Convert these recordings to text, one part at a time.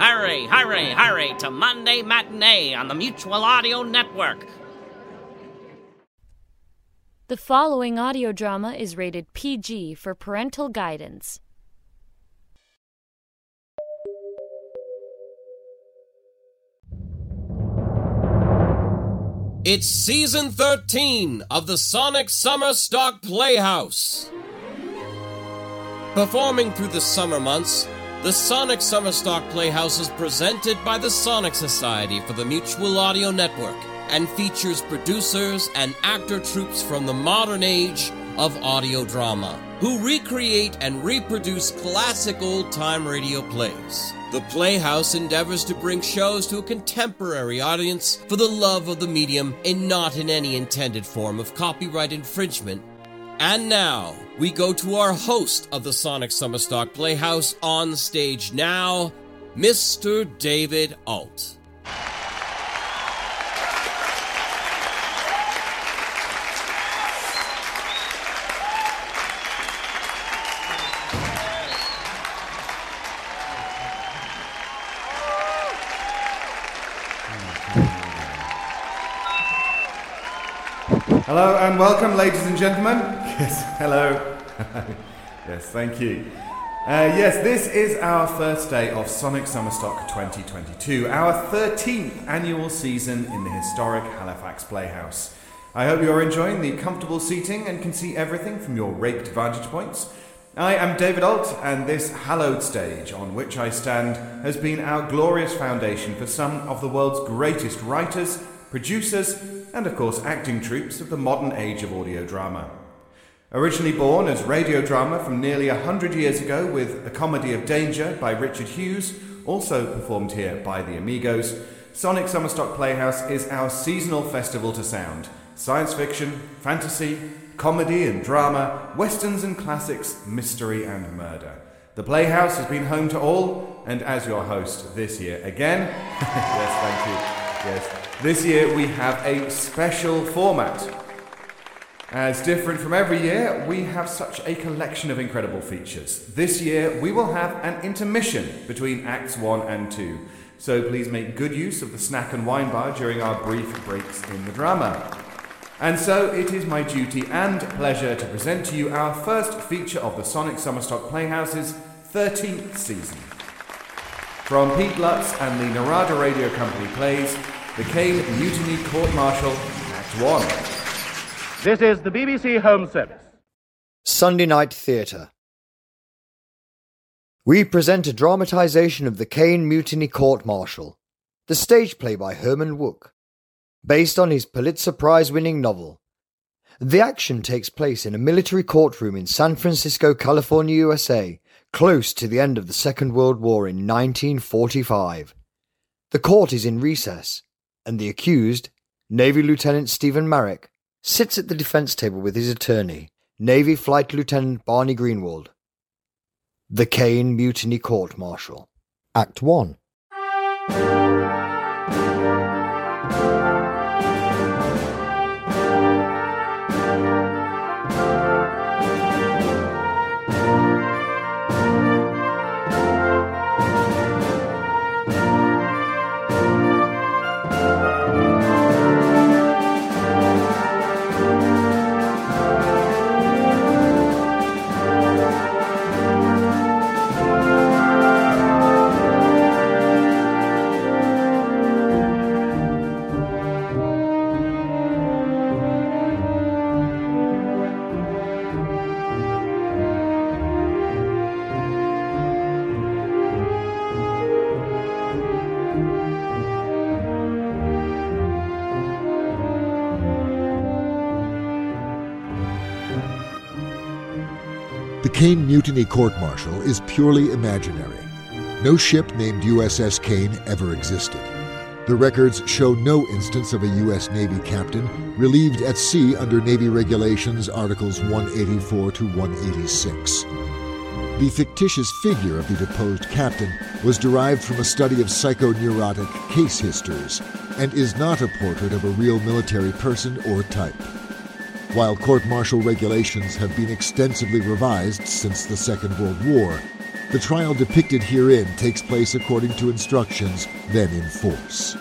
Hurry, hurry, hurry to Monday Matinee on the Mutual Audio Network. The following audio drama is rated PG for parental guidance. It's season 13 of the Sonic Summer Stock Playhouse. Performing through the summer months, the Sonic Summerstock Playhouse is presented by the Sonic Society for the Mutual Audio Network and features producers and actor troops from the modern age of audio drama who recreate and reproduce classic old time radio plays. The Playhouse endeavors to bring shows to a contemporary audience for the love of the medium and not in any intended form of copyright infringement and now, we go to our host of the Sonic Summerstock Playhouse on stage now, Mr. David Alt. Hello and welcome, ladies and gentlemen. Yes, hello. yes, thank you. Uh, yes, this is our first day of Sonic Summerstock 2022, our 13th annual season in the historic Halifax Playhouse. I hope you're enjoying the comfortable seating and can see everything from your raked vantage points. I am David Alt, and this hallowed stage on which I stand has been our glorious foundation for some of the world's greatest writers, producers, and of course acting troops of the modern age of audio drama. Originally born as radio drama from nearly a hundred years ago with A Comedy of Danger by Richard Hughes, also performed here by the Amigos, Sonic Summerstock Playhouse is our seasonal festival to sound. Science fiction, fantasy, comedy and drama, westerns and classics, mystery and murder. The Playhouse has been home to all, and as your host this year again, yes, thank you, yes, this year we have a special format. As Uh, different from every year, we have such a collection of incredible features. This year we will have an intermission between Acts 1 and 2, so please make good use of the snack and wine bar during our brief breaks in the drama. And so it is my duty and pleasure to present to you our first feature of the Sonic Summerstock Playhouse's 13th season. From Pete Lutz and the Narada Radio Company plays the Kane Mutiny Court Martial, Act 1. This is the BBC Home Service. Sunday Night Theatre. We present a dramatisation of the Kane Mutiny Court Martial, the stage play by Herman Wook, based on his Pulitzer Prize winning novel. The action takes place in a military courtroom in San Francisco, California, USA, close to the end of the Second World War in 1945. The court is in recess, and the accused, Navy Lieutenant Stephen Marrick, sits at the defense table with his attorney, Navy Flight Lieutenant Barney Greenwald. The Kane Mutiny Court Martial. Act 1. The Kane Mutiny Court Martial is purely imaginary. No ship named USS Kane ever existed. The records show no instance of a U.S. Navy captain relieved at sea under Navy Regulations Articles 184 to 186. The fictitious figure of the deposed captain was derived from a study of psychoneurotic case histories and is not a portrait of a real military person or type. While court martial regulations have been extensively revised since the Second World War, the trial depicted herein takes place according to instructions then in force.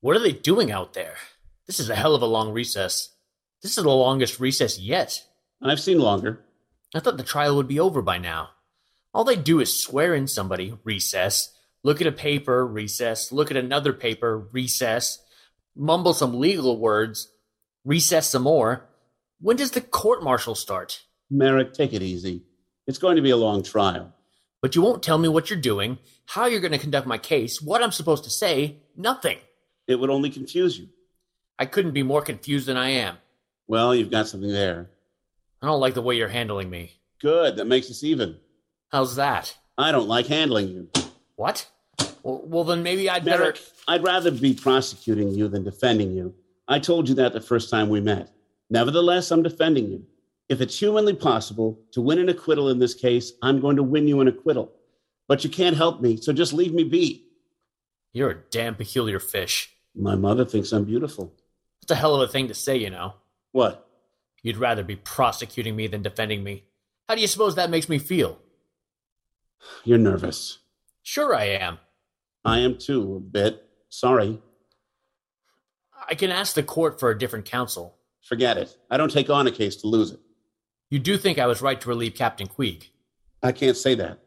What are they doing out there? This is a hell of a long recess. This is the longest recess yet. I've seen longer. I thought the trial would be over by now. All they do is swear in somebody, recess, look at a paper, recess, look at another paper, recess, mumble some legal words, recess some more. When does the court martial start? Merrick, take it easy. It's going to be a long trial. But you won't tell me what you're doing, how you're going to conduct my case, what I'm supposed to say, nothing. It would only confuse you. I couldn't be more confused than I am. Well, you've got something there. I don't like the way you're handling me. Good. That makes us even. How's that? I don't like handling you. What? Well, well then maybe I'd Merrick, better. I'd rather be prosecuting you than defending you. I told you that the first time we met. Nevertheless, I'm defending you. If it's humanly possible to win an acquittal in this case, I'm going to win you an acquittal. But you can't help me, so just leave me be. You're a damn peculiar fish. My mother thinks I'm beautiful. That's a hell of a thing to say, you know. What? You'd rather be prosecuting me than defending me. How do you suppose that makes me feel? You're nervous. Sure, I am. I am too, a bit. Sorry. I can ask the court for a different counsel. Forget it. I don't take on a case to lose it. You do think I was right to relieve Captain Queeg. I can't say that.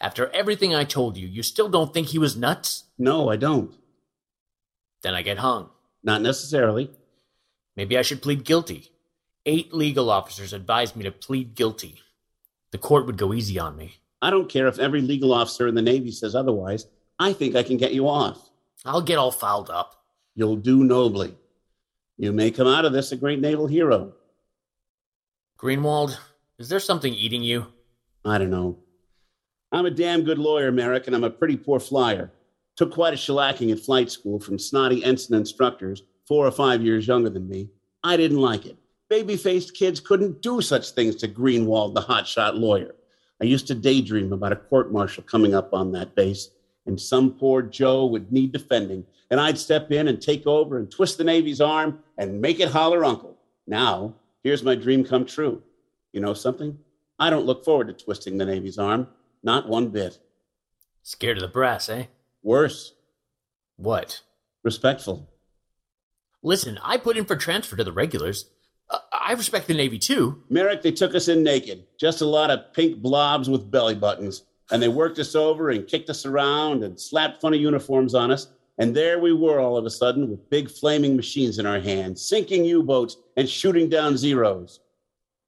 After everything I told you, you still don't think he was nuts? No, I don't. Then I get hung. Not necessarily. Maybe I should plead guilty. Eight legal officers advised me to plead guilty. The court would go easy on me. I don't care if every legal officer in the Navy says otherwise. I think I can get you off. I'll get all fouled up. You'll do nobly. You may come out of this a great naval hero. Greenwald, is there something eating you? I don't know. I'm a damn good lawyer, Merrick, and I'm a pretty poor flyer. Took quite a shellacking at flight school from snotty ensign instructors, four or five years younger than me. I didn't like it. Baby faced kids couldn't do such things to Greenwald, the hotshot lawyer. I used to daydream about a court martial coming up on that base, and some poor Joe would need defending, and I'd step in and take over and twist the Navy's arm and make it holler uncle. Now, here's my dream come true. You know something? I don't look forward to twisting the Navy's arm, not one bit. Scared of the brass, eh? Worse, What? respectful. Listen, I put in for transfer to the regulars. Uh, I respect the Navy too. Merrick, they took us in naked, just a lot of pink blobs with belly buttons. And they worked us over and kicked us around and slapped funny uniforms on us. And there we were all of a sudden with big flaming machines in our hands, sinking U boats and shooting down zeros.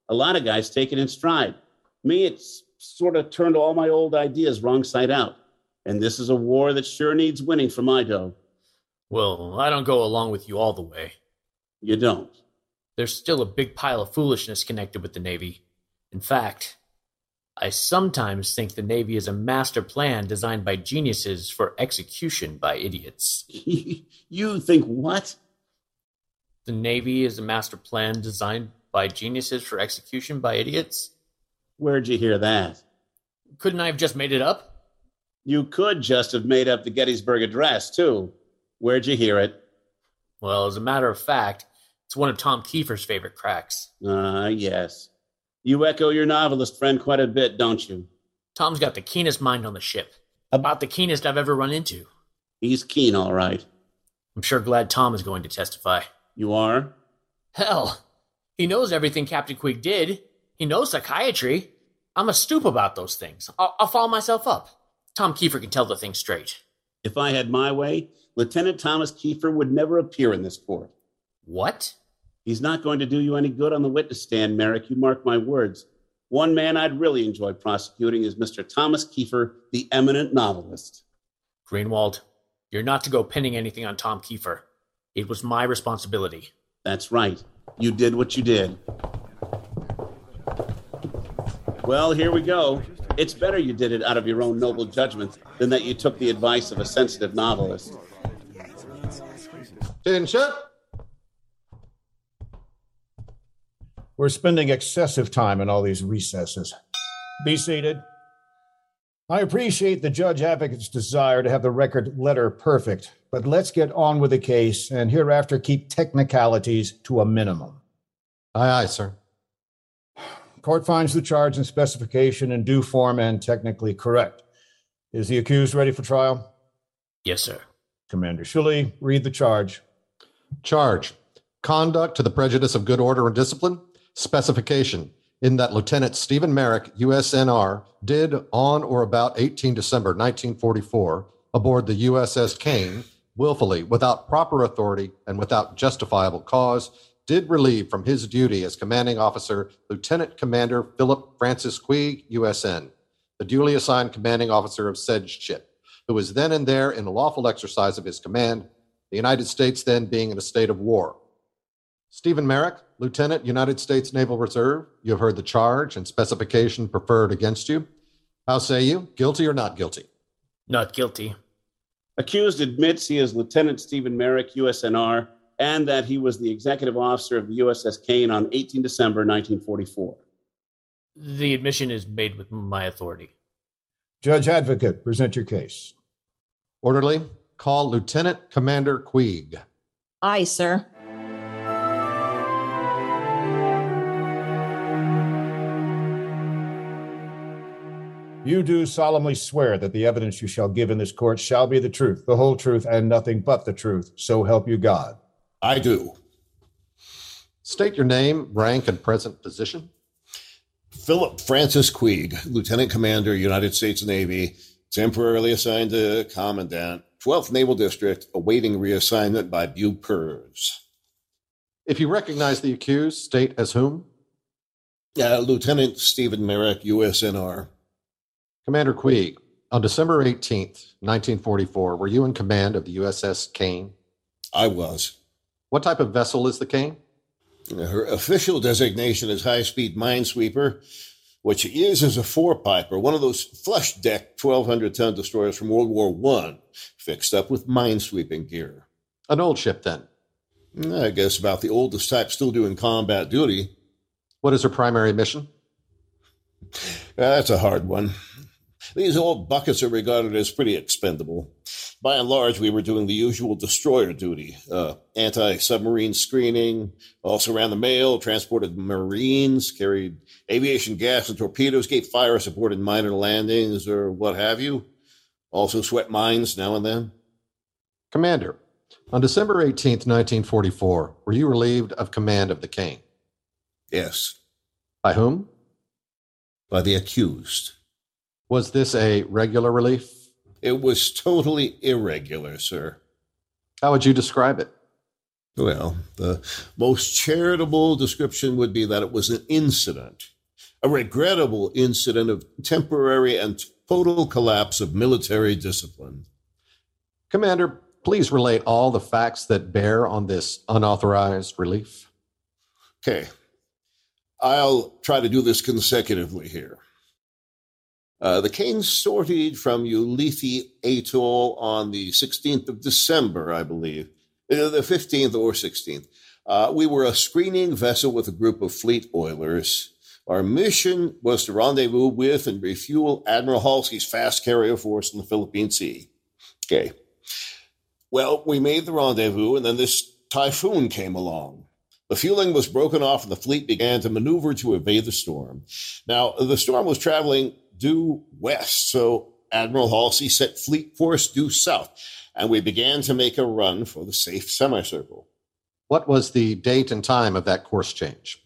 A lot of guys take it in stride. Me, it's sort of turned all my old ideas wrong side out. And this is a war that sure needs winning for my dough. Well, I don't go along with you all the way. You don't. There's still a big pile of foolishness connected with the Navy. In fact, I sometimes think the Navy is a master plan designed by geniuses for execution by idiots. you think what? The Navy is a master plan designed by geniuses for execution by idiots? Where'd you hear that? Couldn't I have just made it up? You could just have made up the Gettysburg Address, too. Where'd you hear it? Well, as a matter of fact, it's one of Tom Kiefer's favorite cracks. Ah, yes. You echo your novelist friend quite a bit, don't you? Tom's got the keenest mind on the ship. About the keenest I've ever run into. He's keen, all right. I'm sure glad Tom is going to testify. You are? Hell, he knows everything Captain Queeg did. He knows psychiatry. I'm a stoop about those things. I'll, I'll follow myself up. Tom Kiefer can tell the thing straight. If I had my way, Lieutenant Thomas Kiefer would never appear in this court. What? He's not going to do you any good on the witness stand, Merrick. You mark my words. One man I'd really enjoy prosecuting is Mr. Thomas Kiefer, the eminent novelist. Greenwald, you're not to go pinning anything on Tom Kiefer. It was my responsibility. That's right. You did what you did. Well, here we go. It's better you did it out of your own noble judgment than that you took the advice of a sensitive novelist. Stand shut. We're spending excessive time in all these recesses. Be seated. I appreciate the judge advocate's desire to have the record letter perfect, but let's get on with the case and hereafter keep technicalities to a minimum. Aye, aye, sir. Court finds the charge and specification in due form and technically correct. Is the accused ready for trial? Yes, sir. Commander Shilley, read the charge. Charge Conduct to the prejudice of good order and discipline. Specification in that Lieutenant Stephen Merrick, USNR, did on or about 18 December 1944 aboard the USS Kane, willfully, without proper authority and without justifiable cause, did relieve from his duty as commanding officer Lieutenant Commander Philip Francis Queeg, USN, the duly assigned commanding officer of said ship, who was then and there in the lawful exercise of his command, the United States then being in a state of war. Stephen Merrick, Lieutenant, United States Naval Reserve, you have heard the charge and specification preferred against you. How say you, guilty or not guilty? Not guilty. Accused admits he is Lieutenant Stephen Merrick, USNR, and that he was the executive officer of the USS Kane on 18 December 1944. The admission is made with my authority. Judge Advocate, present your case. Orderly, call Lieutenant Commander Queeg. Aye, sir. You do solemnly swear that the evidence you shall give in this court shall be the truth, the whole truth, and nothing but the truth. So help you God. I do. State your name, rank, and present position. Philip Francis Queeg, Lieutenant Commander, United States Navy, temporarily assigned to Commandant, 12th Naval District, awaiting reassignment by Bupers. If you recognize the accused, state as whom? Uh, Lieutenant Stephen Merrick, USNR. Commander Queeg, on December 18th, 1944, were you in command of the USS Kane? I was. What type of vessel is the Kane? Her official designation is high speed minesweeper. What she is is a four piper, one of those flush deck 1,200 ton destroyers from World War I, fixed up with minesweeping gear. Mm, An old ship, then? I guess about the oldest type still doing combat duty. What is her primary mission? Uh, That's a hard one. These old buckets are regarded as pretty expendable. By and large, we were doing the usual destroyer duty uh, anti submarine screening, also ran the mail, transported Marines, carried aviation gas and torpedoes, gave fire support in minor landings or what have you, also swept mines now and then. Commander, on December 18th, 1944, were you relieved of command of the Kane? Yes. By whom? By the accused. Was this a regular relief? It was totally irregular, sir. How would you describe it? Well, the most charitable description would be that it was an incident, a regrettable incident of temporary and total collapse of military discipline. Commander, please relate all the facts that bear on this unauthorized relief. Okay. I'll try to do this consecutively here. Uh, the Kane sortied from Ulithi Atoll on the 16th of December, I believe, uh, the 15th or 16th. Uh, we were a screening vessel with a group of fleet oilers. Our mission was to rendezvous with and refuel Admiral Halsey's fast carrier force in the Philippine Sea. Okay. Well, we made the rendezvous, and then this typhoon came along. The fueling was broken off, and the fleet began to maneuver to evade the storm. Now, the storm was traveling due west. So Admiral Halsey set Fleet Force due south, and we began to make a run for the safe semicircle. What was the date and time of that course change?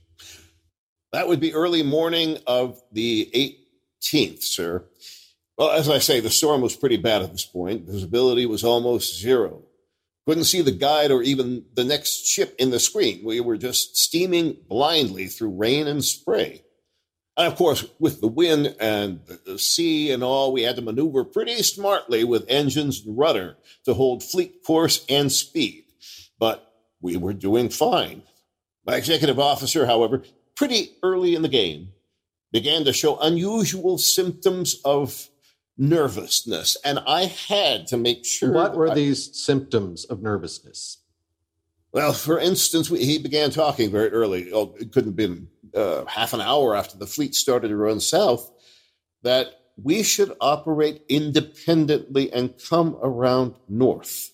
That would be early morning of the 18th, sir. Well, as I say, the storm was pretty bad at this point. Visibility was almost zero. Couldn't see the guide or even the next ship in the screen. We were just steaming blindly through rain and spray. And of course, with the wind and the sea and all, we had to maneuver pretty smartly with engines and rudder to hold fleet course and speed. But we were doing fine. My executive officer, however, pretty early in the game, began to show unusual symptoms of nervousness. And I had to make sure. What that were I- these symptoms of nervousness? Well, for instance, we, he began talking very early. Oh, it couldn't have been uh, half an hour after the fleet started to run south that we should operate independently and come around north.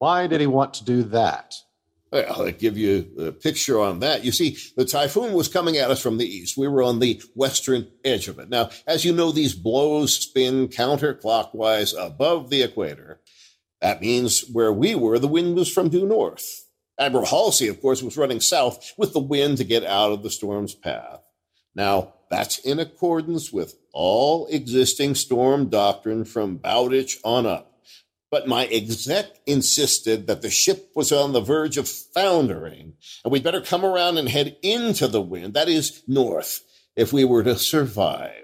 Why did he want to do that? Well, I give you a picture on that. You see, the typhoon was coming at us from the east. We were on the western edge of it. Now, as you know, these blows spin counterclockwise above the equator. That means where we were, the wind was from due north. Admiral Halsey, of course, was running south with the wind to get out of the storm's path. Now, that's in accordance with all existing storm doctrine from Bowditch on up. But my exec insisted that the ship was on the verge of foundering, and we'd better come around and head into the wind, that is, north, if we were to survive.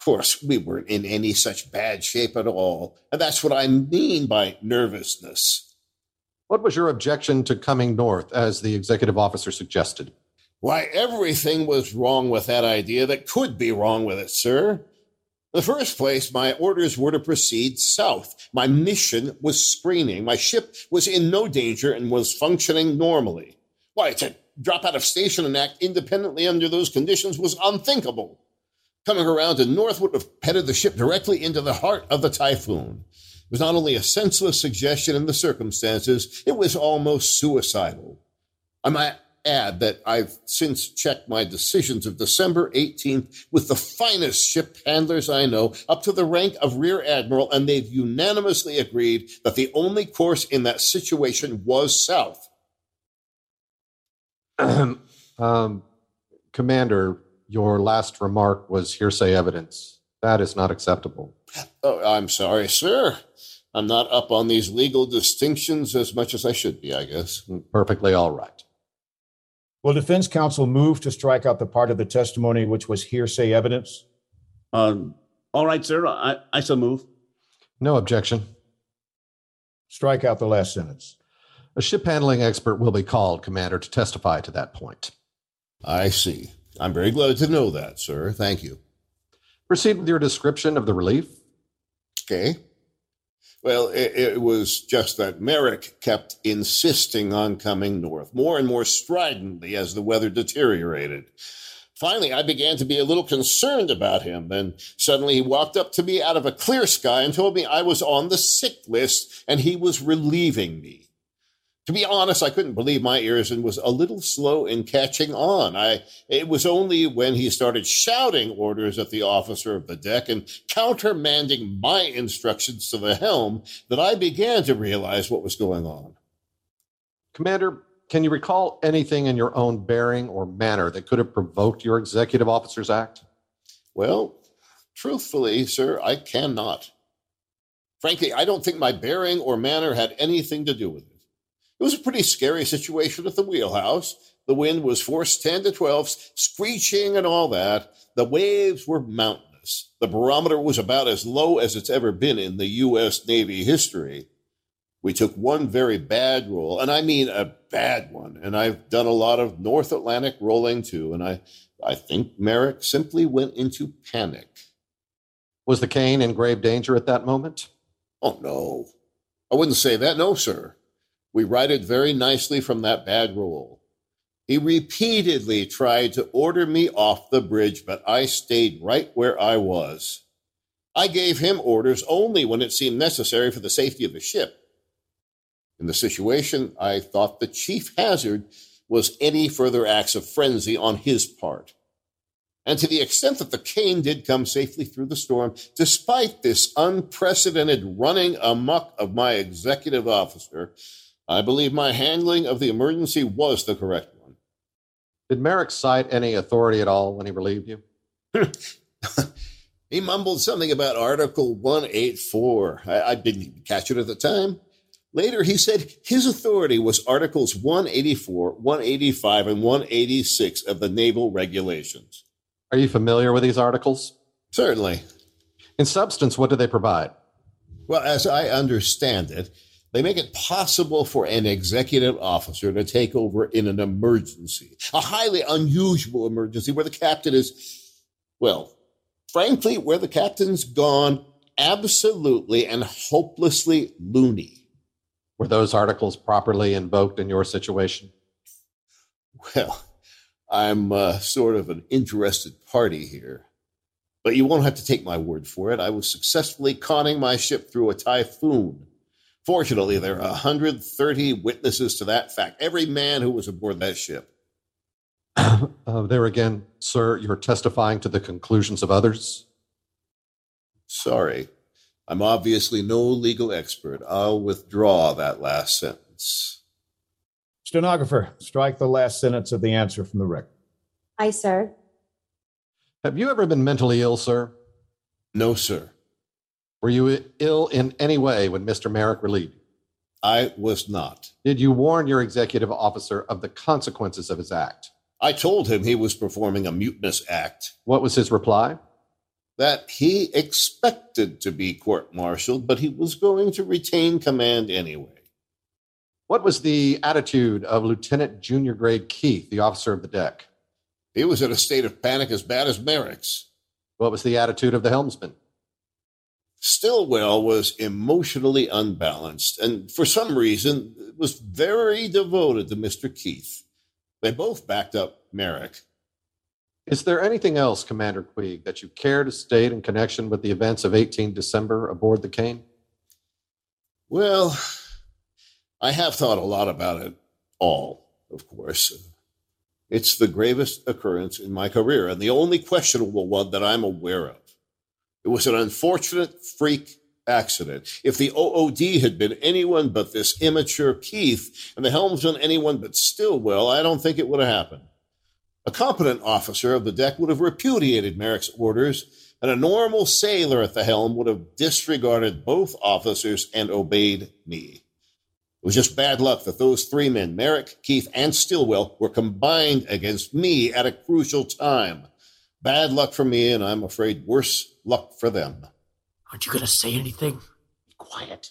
Of course, we weren't in any such bad shape at all, and that's what I mean by nervousness. What was your objection to coming north as the executive officer suggested? Why, everything was wrong with that idea that could be wrong with it, sir. In the first place, my orders were to proceed south. My mission was screening. My ship was in no danger and was functioning normally. Why, to drop out of station and act independently under those conditions was unthinkable. Coming around to north would have headed the ship directly into the heart of the typhoon. It was not only a senseless suggestion in the circumstances, it was almost suicidal. I might add that I've since checked my decisions of December 18th with the finest ship handlers I know up to the rank of Rear Admiral, and they've unanimously agreed that the only course in that situation was south. um, Commander, your last remark was hearsay evidence. That is not acceptable. Oh, I'm sorry, sir. I'm not up on these legal distinctions as much as I should be, I guess. Perfectly all right. Will defense counsel move to strike out the part of the testimony which was hearsay evidence? Um, all right, sir. I, I so move. No objection. Strike out the last sentence. A ship handling expert will be called, Commander, to testify to that point. I see. I'm very glad to know that, sir. Thank you. Proceed with your description of the relief. Okay. Well, it, it was just that Merrick kept insisting on coming north, more and more stridently as the weather deteriorated. Finally, I began to be a little concerned about him. Then suddenly he walked up to me out of a clear sky and told me I was on the sick list and he was relieving me. To be honest, I couldn't believe my ears and was a little slow in catching on. I it was only when he started shouting orders at the officer of the deck and countermanding my instructions to the helm that I began to realize what was going on. Commander, can you recall anything in your own bearing or manner that could have provoked your executive officer's act? Well, truthfully, sir, I cannot. Frankly, I don't think my bearing or manner had anything to do with it. It was a pretty scary situation at the wheelhouse. The wind was force 10 to 12, screeching and all that. The waves were mountainous. The barometer was about as low as it's ever been in the U.S. Navy history. We took one very bad roll, and I mean a bad one. And I've done a lot of North Atlantic rolling too. And I, I think Merrick simply went into panic. Was the cane in grave danger at that moment? Oh, no. I wouldn't say that. No, sir. We righted very nicely from that bad roll. He repeatedly tried to order me off the bridge, but I stayed right where I was. I gave him orders only when it seemed necessary for the safety of the ship. In the situation, I thought the chief hazard was any further acts of frenzy on his part. And to the extent that the cane did come safely through the storm, despite this unprecedented running amuck of my executive officer, I believe my handling of the emergency was the correct one. Did Merrick cite any authority at all when he relieved you? He mumbled something about Article 184. I, I didn't even catch it at the time. Later, he said his authority was Articles 184, 185, and 186 of the Naval Regulations. Are you familiar with these articles? Certainly. In substance, what do they provide? Well, as I understand it, they make it possible for an executive officer to take over in an emergency, a highly unusual emergency where the captain is, well, frankly, where the captain's gone absolutely and hopelessly loony. Were those articles properly invoked in your situation? Well, I'm uh, sort of an interested party here. But you won't have to take my word for it. I was successfully conning my ship through a typhoon. Fortunately, there are 130 witnesses to that fact, every man who was aboard that ship. Uh, there again, sir, you're testifying to the conclusions of others. Sorry, I'm obviously no legal expert. I'll withdraw that last sentence. Stenographer, strike the last sentence of the answer from the record. Aye, sir. Have you ever been mentally ill, sir? No, sir. Were you ill in any way when Mr. Merrick relieved you? I was not. Did you warn your executive officer of the consequences of his act? I told him he was performing a mutinous act. What was his reply? That he expected to be court martialed, but he was going to retain command anyway. What was the attitude of Lieutenant Junior Grade Keith, the officer of the deck? He was in a state of panic as bad as Merrick's. What was the attitude of the helmsman? Stillwell was emotionally unbalanced and, for some reason, was very devoted to Mr. Keith. They both backed up Merrick. Is there anything else, Commander Queeg, that you care to state in connection with the events of 18 December aboard the Kane? Well, I have thought a lot about it all, of course. It's the gravest occurrence in my career and the only questionable one that I'm aware of. It was an unfortunate freak accident. If the OOD had been anyone but this immature Keith and the helmsman anyone but Stillwell, I don't think it would have happened. A competent officer of the deck would have repudiated Merrick's orders, and a normal sailor at the helm would have disregarded both officers and obeyed me. It was just bad luck that those three men, Merrick, Keith, and Stillwell, were combined against me at a crucial time. Bad luck for me, and I'm afraid worse luck for them. Aren't you going to say anything? Be quiet.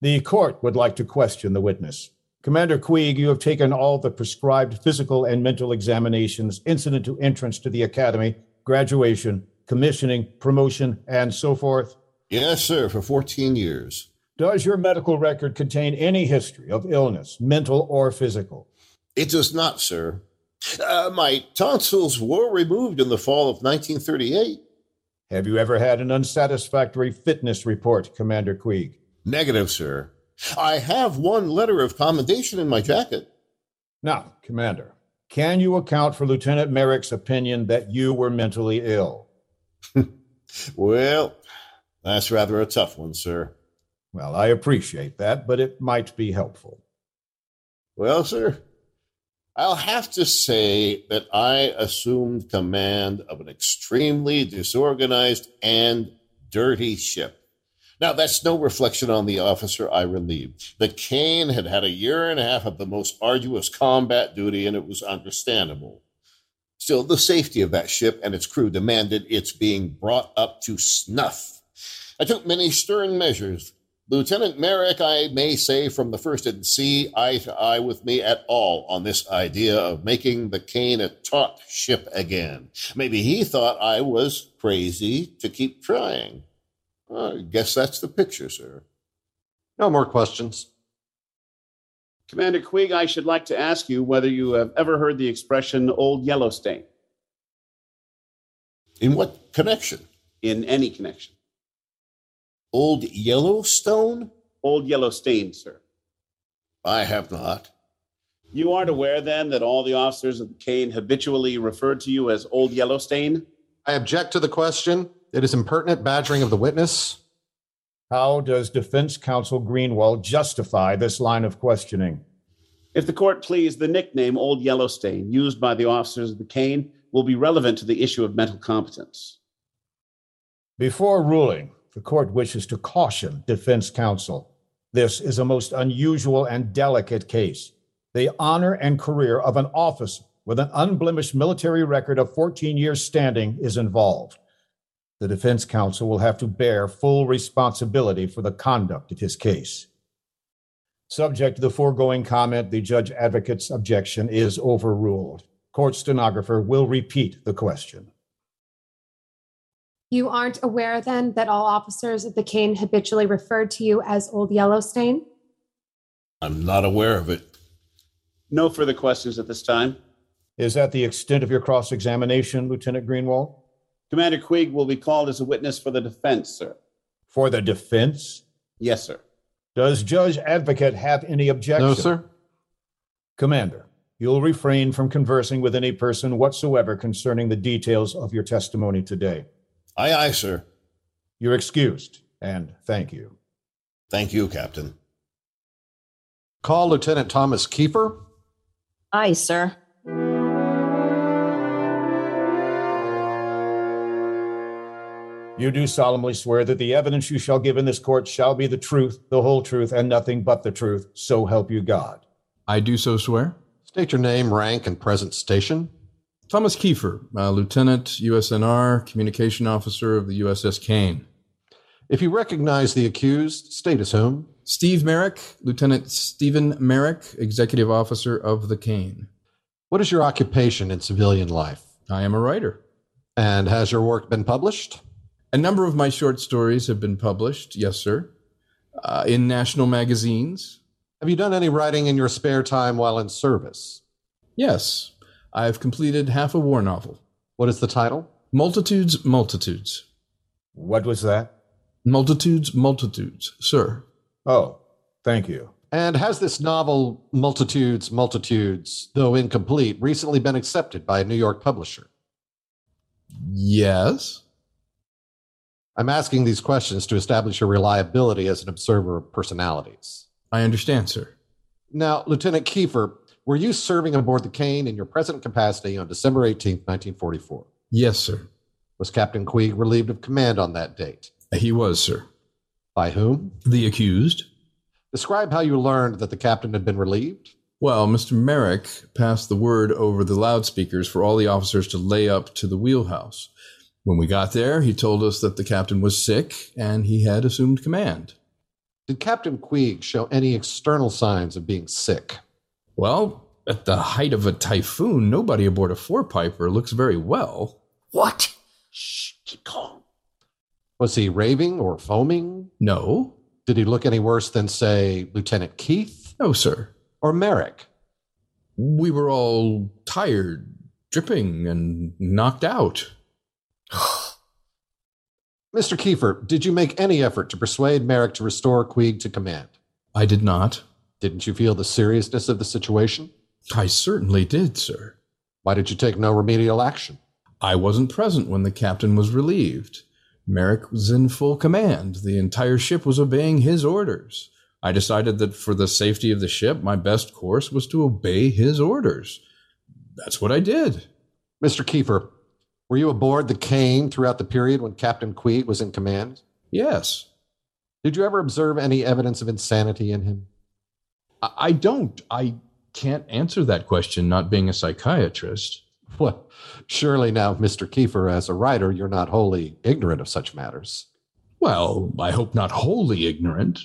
The court would like to question the witness. Commander Queeg, you have taken all the prescribed physical and mental examinations incident to entrance to the academy, graduation, commissioning, promotion, and so forth. Yes, sir, for 14 years. Does your medical record contain any history of illness, mental or physical? It does not, sir. Uh, my tonsils were removed in the fall of 1938. Have you ever had an unsatisfactory fitness report, Commander Queeg? Negative, sir. I have one letter of commendation in my jacket. Now, Commander, can you account for Lieutenant Merrick's opinion that you were mentally ill? Well, that's rather a tough one, sir. Well, I appreciate that, but it might be helpful. Well, sir, I'll have to say that I assumed command of an extremely disorganized and dirty ship. Now, that's no reflection on the officer I relieved. The Kane had had a year and a half of the most arduous combat duty, and it was understandable. Still, the safety of that ship and its crew demanded its being brought up to snuff. I took many stern measures. Lieutenant Merrick, I may say from the first, didn't see eye to eye with me at all on this idea of making the Kane a taut ship again. Maybe he thought I was crazy to keep trying. I guess that's the picture, sir. No more questions. Commander Quigg, I should like to ask you whether you have ever heard the expression old Yellowstone In what connection? in any connection. Old Yellowstone? Old Yellowstone, sir. I have not. You aren't aware then that all the officers of the Kane habitually referred to you as Old Yellowstain? I object to the question. It is impertinent badgering of the witness. How does defense counsel Greenwald justify this line of questioning? If the court please, the nickname Old Yellowstain used by the officers of the Kane will be relevant to the issue of mental competence. Before ruling, the court wishes to caution defense counsel. This is a most unusual and delicate case. The honor and career of an officer with an unblemished military record of 14 years standing is involved. The defense counsel will have to bear full responsibility for the conduct of his case. Subject to the foregoing comment, the judge advocate's objection is overruled. Court stenographer will repeat the question. You aren't aware then that all officers of the Kane habitually referred to you as Old Yellowstain? I'm not aware of it. No further questions at this time. Is that the extent of your cross examination, Lieutenant Greenwald? Commander Queeg will be called as a witness for the defense, sir. For the defense? Yes, sir. Does Judge Advocate have any objection? No, sir. Commander, you'll refrain from conversing with any person whatsoever concerning the details of your testimony today. Aye, aye, sir. You're excused, and thank you. Thank you, Captain. Call Lieutenant Thomas Keeper. Aye, sir. You do solemnly swear that the evidence you shall give in this court shall be the truth, the whole truth, and nothing but the truth. So help you God. I do so swear. State your name, rank, and present station. Thomas Kiefer, uh, Lieutenant, USNR, Communication Officer of the USS Kane. If you recognize the accused, state his home. Steve Merrick, Lieutenant Stephen Merrick, Executive Officer of the Kane. What is your occupation in civilian life? I am a writer. And has your work been published? A number of my short stories have been published, yes, sir, uh, in national magazines. Have you done any writing in your spare time while in service? Yes, I've completed half a war novel. What is the title? Multitudes, Multitudes. What was that? Multitudes, Multitudes, sir. Oh, thank you. And has this novel, Multitudes, Multitudes, though incomplete, recently been accepted by a New York publisher? Yes. I'm asking these questions to establish your reliability as an observer of personalities. I understand, sir. Now, Lieutenant Kiefer, were you serving aboard the Kane in your present capacity on December 18, 1944? Yes, sir. Was Captain Queeg relieved of command on that date? He was, sir. By whom? The accused. Describe how you learned that the captain had been relieved. Well, Mr. Merrick passed the word over the loudspeakers for all the officers to lay up to the wheelhouse. When we got there, he told us that the captain was sick and he had assumed command. Did Captain Queeg show any external signs of being sick? Well, at the height of a typhoon, nobody aboard a four piper looks very well. What? Shh, keep calm. Was he raving or foaming? No. Did he look any worse than, say, Lieutenant Keith? No, sir. Or Merrick? We were all tired, dripping, and knocked out. Mr. Kiefer, did you make any effort to persuade Merrick to restore Queeg to command? I did not. Didn't you feel the seriousness of the situation? I certainly did, sir. Why did you take no remedial action? I wasn't present when the captain was relieved. Merrick was in full command. The entire ship was obeying his orders. I decided that for the safety of the ship, my best course was to obey his orders. That's what I did. Mr. Kiefer, were you aboard the Kane throughout the period when Captain Queeg was in command? Yes. Did you ever observe any evidence of insanity in him? I don't. I can't answer that question, not being a psychiatrist. Well, surely now, Mr. Kiefer, as a writer, you're not wholly ignorant of such matters. Well, I hope not wholly ignorant.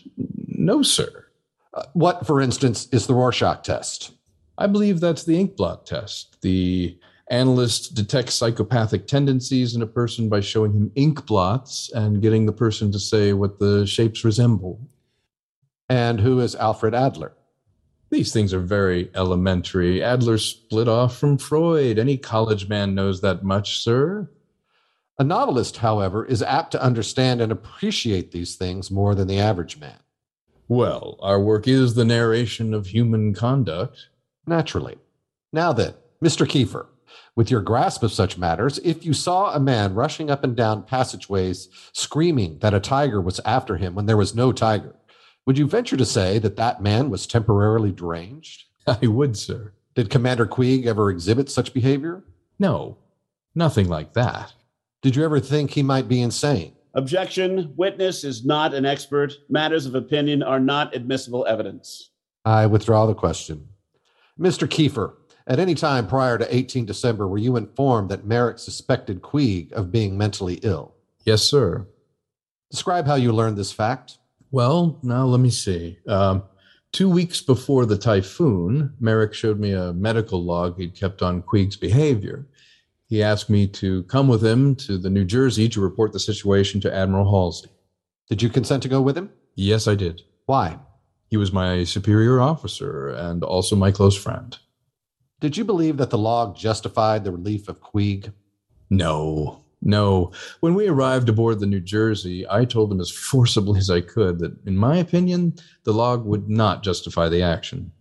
No, sir. Uh, what, for instance, is the Rorschach test? I believe that's the ink blot test, the Analysts detect psychopathic tendencies in a person by showing him ink blots and getting the person to say what the shapes resemble. And who is Alfred Adler? These things are very elementary. Adler split off from Freud. Any college man knows that much, sir. A novelist, however, is apt to understand and appreciate these things more than the average man. Well, our work is the narration of human conduct. Naturally. Now then, Mr. Kiefer, with your grasp of such matters, if you saw a man rushing up and down passageways screaming that a tiger was after him when there was no tiger, would you venture to say that that man was temporarily deranged? I would, sir. Did Commander Queeg ever exhibit such behavior? No, nothing like that. Did you ever think he might be insane? Objection. Witness is not an expert. Matters of opinion are not admissible evidence. I withdraw the question. Mr. Kiefer, at any time prior to 18 December, were you informed that Merrick suspected Queeg of being mentally ill? Yes, sir. Describe how you learned this fact. Well, now let me see. Um, two weeks before the typhoon, Merrick showed me a medical log he'd kept on Queeg's behavior. He asked me to come with him to the New Jersey to report the situation to Admiral Halsey. Did you consent to go with him? Yes, I did. Why? He was my superior officer and also my close friend. Did you believe that the log justified the relief of Queeg? No, no. When we arrived aboard the New Jersey, I told him as forcibly as I could that, in my opinion, the log would not justify the action.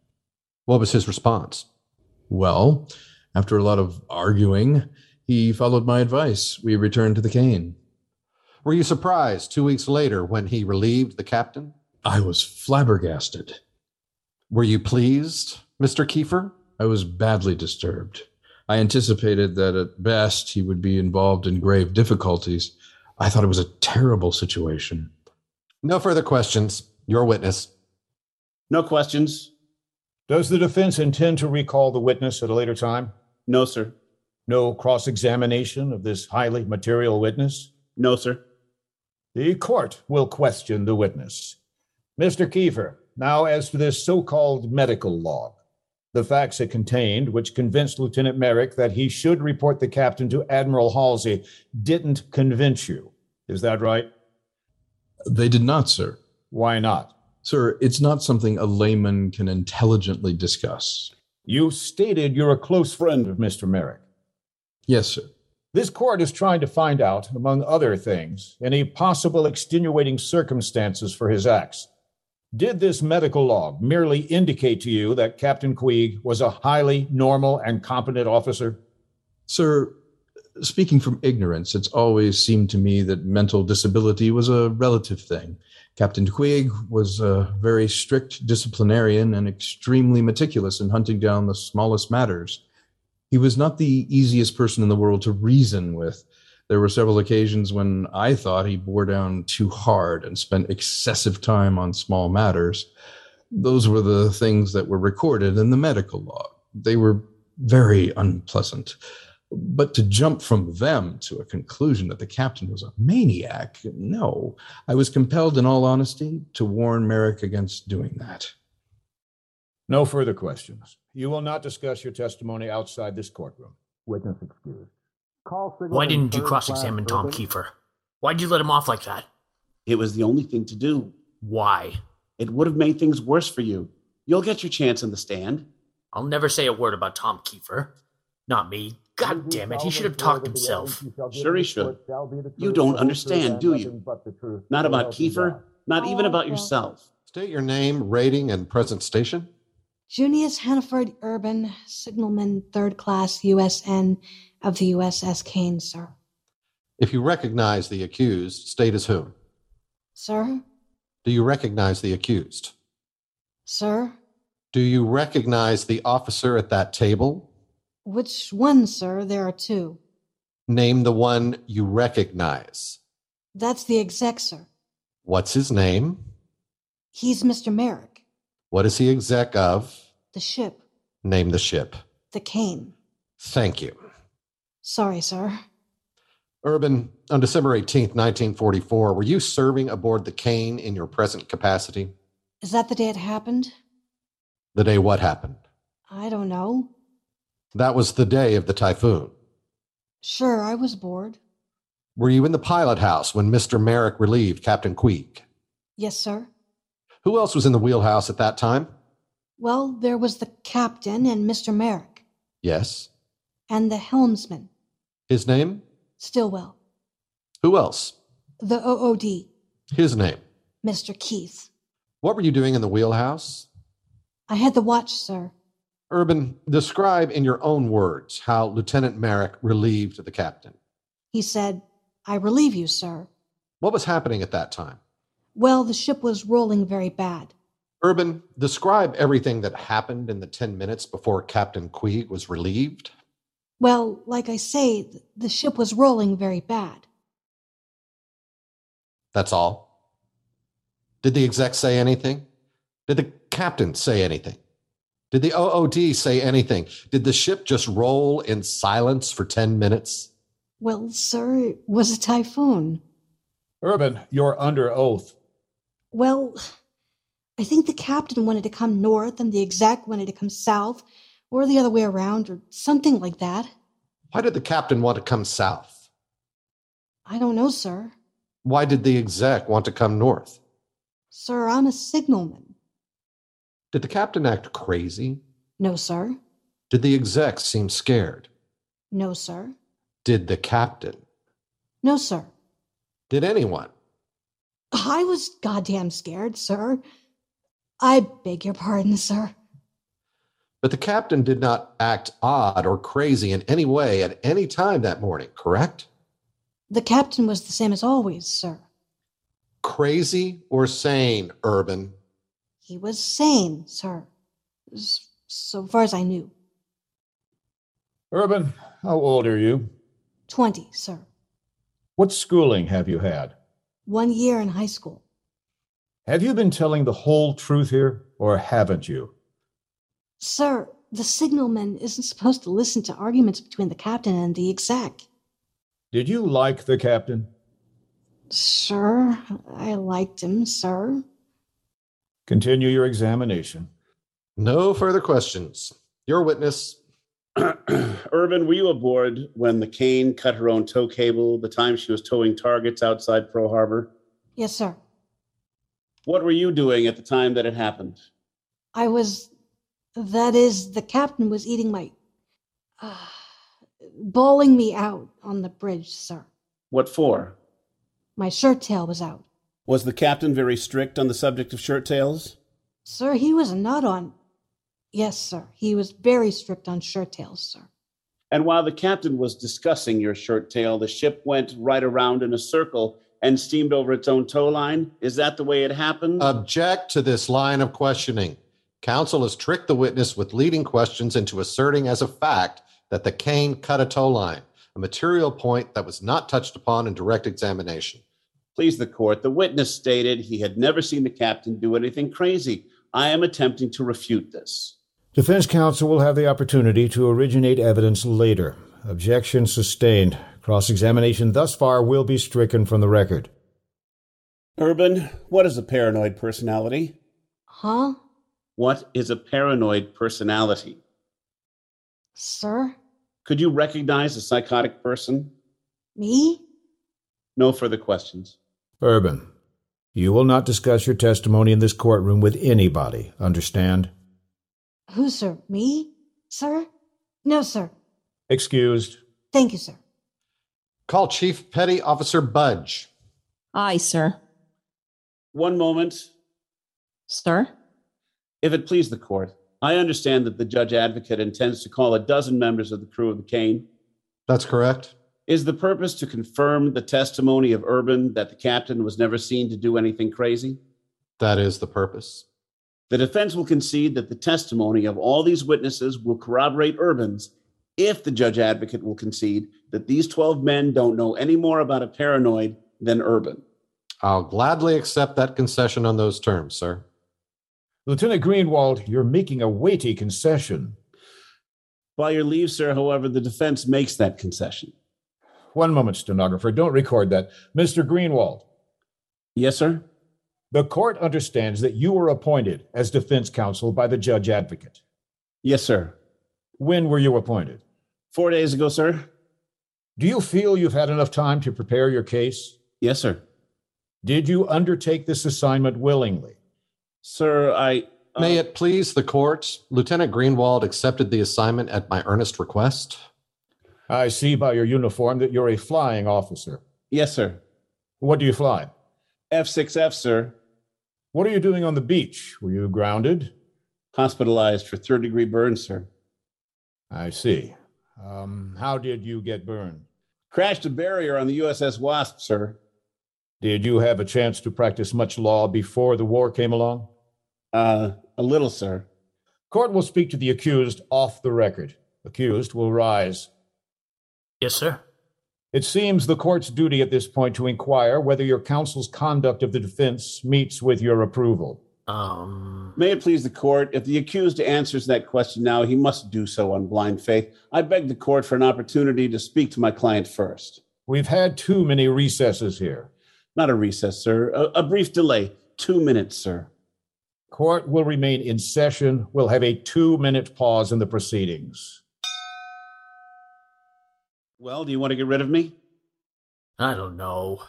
What was his response? Well, after a lot of arguing, he followed my advice. We returned to the cane. Were you surprised two weeks later when he relieved the captain? I was flabbergasted. Were you pleased, Mr. Kiefer? I was badly disturbed. I anticipated that at best he would be involved in grave difficulties. I thought it was a terrible situation. No further questions. Your witness. No questions. Does the defense intend to recall the witness at a later time? No, sir. No cross examination of this highly material witness? No, sir. The court will question the witness. Mr. Kiefer, now as to this so called medical log the facts it contained, which convinced Lieutenant Merrick that he should report the captain to Admiral Halsey, didn't convince you. Is that right? They did not, sir. Why not? Sir, it's not something a layman can intelligently discuss. You stated you're a close friend of Mr. Merrick. Yes, sir. This court is trying to find out, among other things, any possible extenuating circumstances for his acts. Did this medical log merely indicate to you that Captain Queeg was a highly normal and competent officer? Sir, speaking from ignorance, it's always seemed to me that mental disability was a relative thing. Captain Queeg was a very strict disciplinarian and extremely meticulous in hunting down the smallest matters. He was not the easiest person in the world to reason with. There were several occasions when I thought he bore down too hard and spent excessive time on small matters. Those were the things that were recorded in the medical log. They were very unpleasant. But to jump from them to a conclusion that the captain was a maniac, no. I was compelled, in all honesty, to warn Merrick against doing that. No further questions. You will not discuss your testimony outside this courtroom. Witness excused. Why didn't you cross examine Tom Kiefer? Why'd you let him off like that? It was the only thing to do. Why? It would have made things worse for you. You'll get your chance on the stand. I'll never say a word about Tom Kiefer. Not me. God damn it, he should have talked himself. Sure, he should. You don't understand, do you? Not about Kiefer, not even about yourself. State your name, rating, and present station. Junius Hannaford Urban, signalman, third class, USN of the USS Kane, sir. If you recognize the accused, state as whom? Sir? Do you recognize the accused? Sir? Do you recognize the officer at that table? Which one, sir? There are two. Name the one you recognize. That's the exec, sir. What's his name? He's Mr. Merrick. What is he exec of? The ship. Name the ship. The Kane. Thank you. Sorry, sir. Urban, on December 18th, 1944, were you serving aboard the Kane in your present capacity? Is that the day it happened? The day what happened? I don't know. That was the day of the typhoon. Sure, I was bored. Were you in the pilot house when Mr. Merrick relieved Captain Queek? Yes, sir. Who else was in the wheelhouse at that time? Well, there was the captain and Mr. Merrick. Yes. And the helmsman. His name? Stillwell. Who else? The OOD. His name? Mr. Keith. What were you doing in the wheelhouse? I had the watch, sir. Urban, describe in your own words how Lieutenant Merrick relieved the captain. He said, I relieve you, sir. What was happening at that time? Well, the ship was rolling very bad. Urban, describe everything that happened in the 10 minutes before Captain Queeg was relieved. Well, like I say, th- the ship was rolling very bad. That's all. Did the exec say anything? Did the captain say anything? Did the OOD say anything? Did the ship just roll in silence for 10 minutes? Well, sir, it was a typhoon. Urban, you're under oath. Well, I think the captain wanted to come north and the exec wanted to come south, or the other way around, or something like that. Why did the captain want to come south? I don't know, sir. Why did the exec want to come north? Sir, I'm a signalman. Did the captain act crazy? No, sir. Did the exec seem scared? No, sir. Did the captain? No, sir. Did anyone? I was goddamn scared, sir. I beg your pardon, sir. But the captain did not act odd or crazy in any way at any time that morning, correct? The captain was the same as always, sir. Crazy or sane, Urban? He was sane, sir. S- So far as I knew. Urban, how old are you? 20, sir. What schooling have you had? One year in high school. Have you been telling the whole truth here, or haven't you? Sir, the signalman isn't supposed to listen to arguments between the captain and the exec. Did you like the captain? Sir, I liked him, sir. Continue your examination. No further questions. Your witness. Urban, were you aboard when the cane cut her own tow cable the time she was towing targets outside Pearl Harbor? Yes, sir. What were you doing at the time that it happened? I was. That is, the captain was eating my. Uh, bawling me out on the bridge, sir. What for? My shirt tail was out. Was the captain very strict on the subject of shirt tails? Sir, he was a nut on. Yes, sir. He was very strict on shirt tails, sir. And while the captain was discussing your shirt tail, the ship went right around in a circle and steamed over its own tow line. Is that the way it happened? Object to this line of questioning. Counsel has tricked the witness with leading questions into asserting as a fact that the cane cut a tow line, a material point that was not touched upon in direct examination. Please the court. The witness stated he had never seen the captain do anything crazy. I am attempting to refute this. Defense counsel will have the opportunity to originate evidence later. Objection sustained. Cross examination thus far will be stricken from the record. Urban, what is a paranoid personality? Huh? What is a paranoid personality? Sir? Could you recognize a psychotic person? Me? No further questions. Urban, you will not discuss your testimony in this courtroom with anybody, understand? Who, sir? Me? Sir? No, sir. Excused. Thank you, sir. Call Chief Petty Officer Budge. Aye, sir. One moment. Sir? If it please the court, I understand that the judge advocate intends to call a dozen members of the crew of the Kane. That's correct. Is the purpose to confirm the testimony of Urban that the captain was never seen to do anything crazy? That is the purpose. The defense will concede that the testimony of all these witnesses will corroborate Urban's if the judge advocate will concede that these 12 men don't know any more about a paranoid than Urban. I'll gladly accept that concession on those terms, sir. Lieutenant Greenwald, you're making a weighty concession. By your leave, sir, however, the defense makes that concession. One moment, stenographer. Don't record that. Mr. Greenwald. Yes, sir. The court understands that you were appointed as defense counsel by the judge advocate. Yes, sir. When were you appointed? Four days ago, sir. Do you feel you've had enough time to prepare your case? Yes, sir. Did you undertake this assignment willingly? Sir, I. uh, May it please the court, Lieutenant Greenwald accepted the assignment at my earnest request. I see by your uniform that you're a flying officer. Yes, sir. What do you fly? F6F, sir. What are you doing on the beach? Were you grounded? hospitalized for third degree burns, sir. I see. Um, how did you get burned? Crashed a barrier on the USS Wasp, sir. Did you have a chance to practice much law before the war came along? Uh, a little, sir. Court will speak to the accused off the record. Accused will rise. Yes, sir. It seems the court's duty at this point to inquire whether your counsel's conduct of the defense meets with your approval. Um, May it please the court, if the accused answers that question now, he must do so on blind faith. I beg the court for an opportunity to speak to my client first. We've had too many recesses here. Not a recess, sir. A, a brief delay. Two minutes, sir. Court will remain in session. We'll have a two minute pause in the proceedings. Well, do you want to get rid of me? I don't know.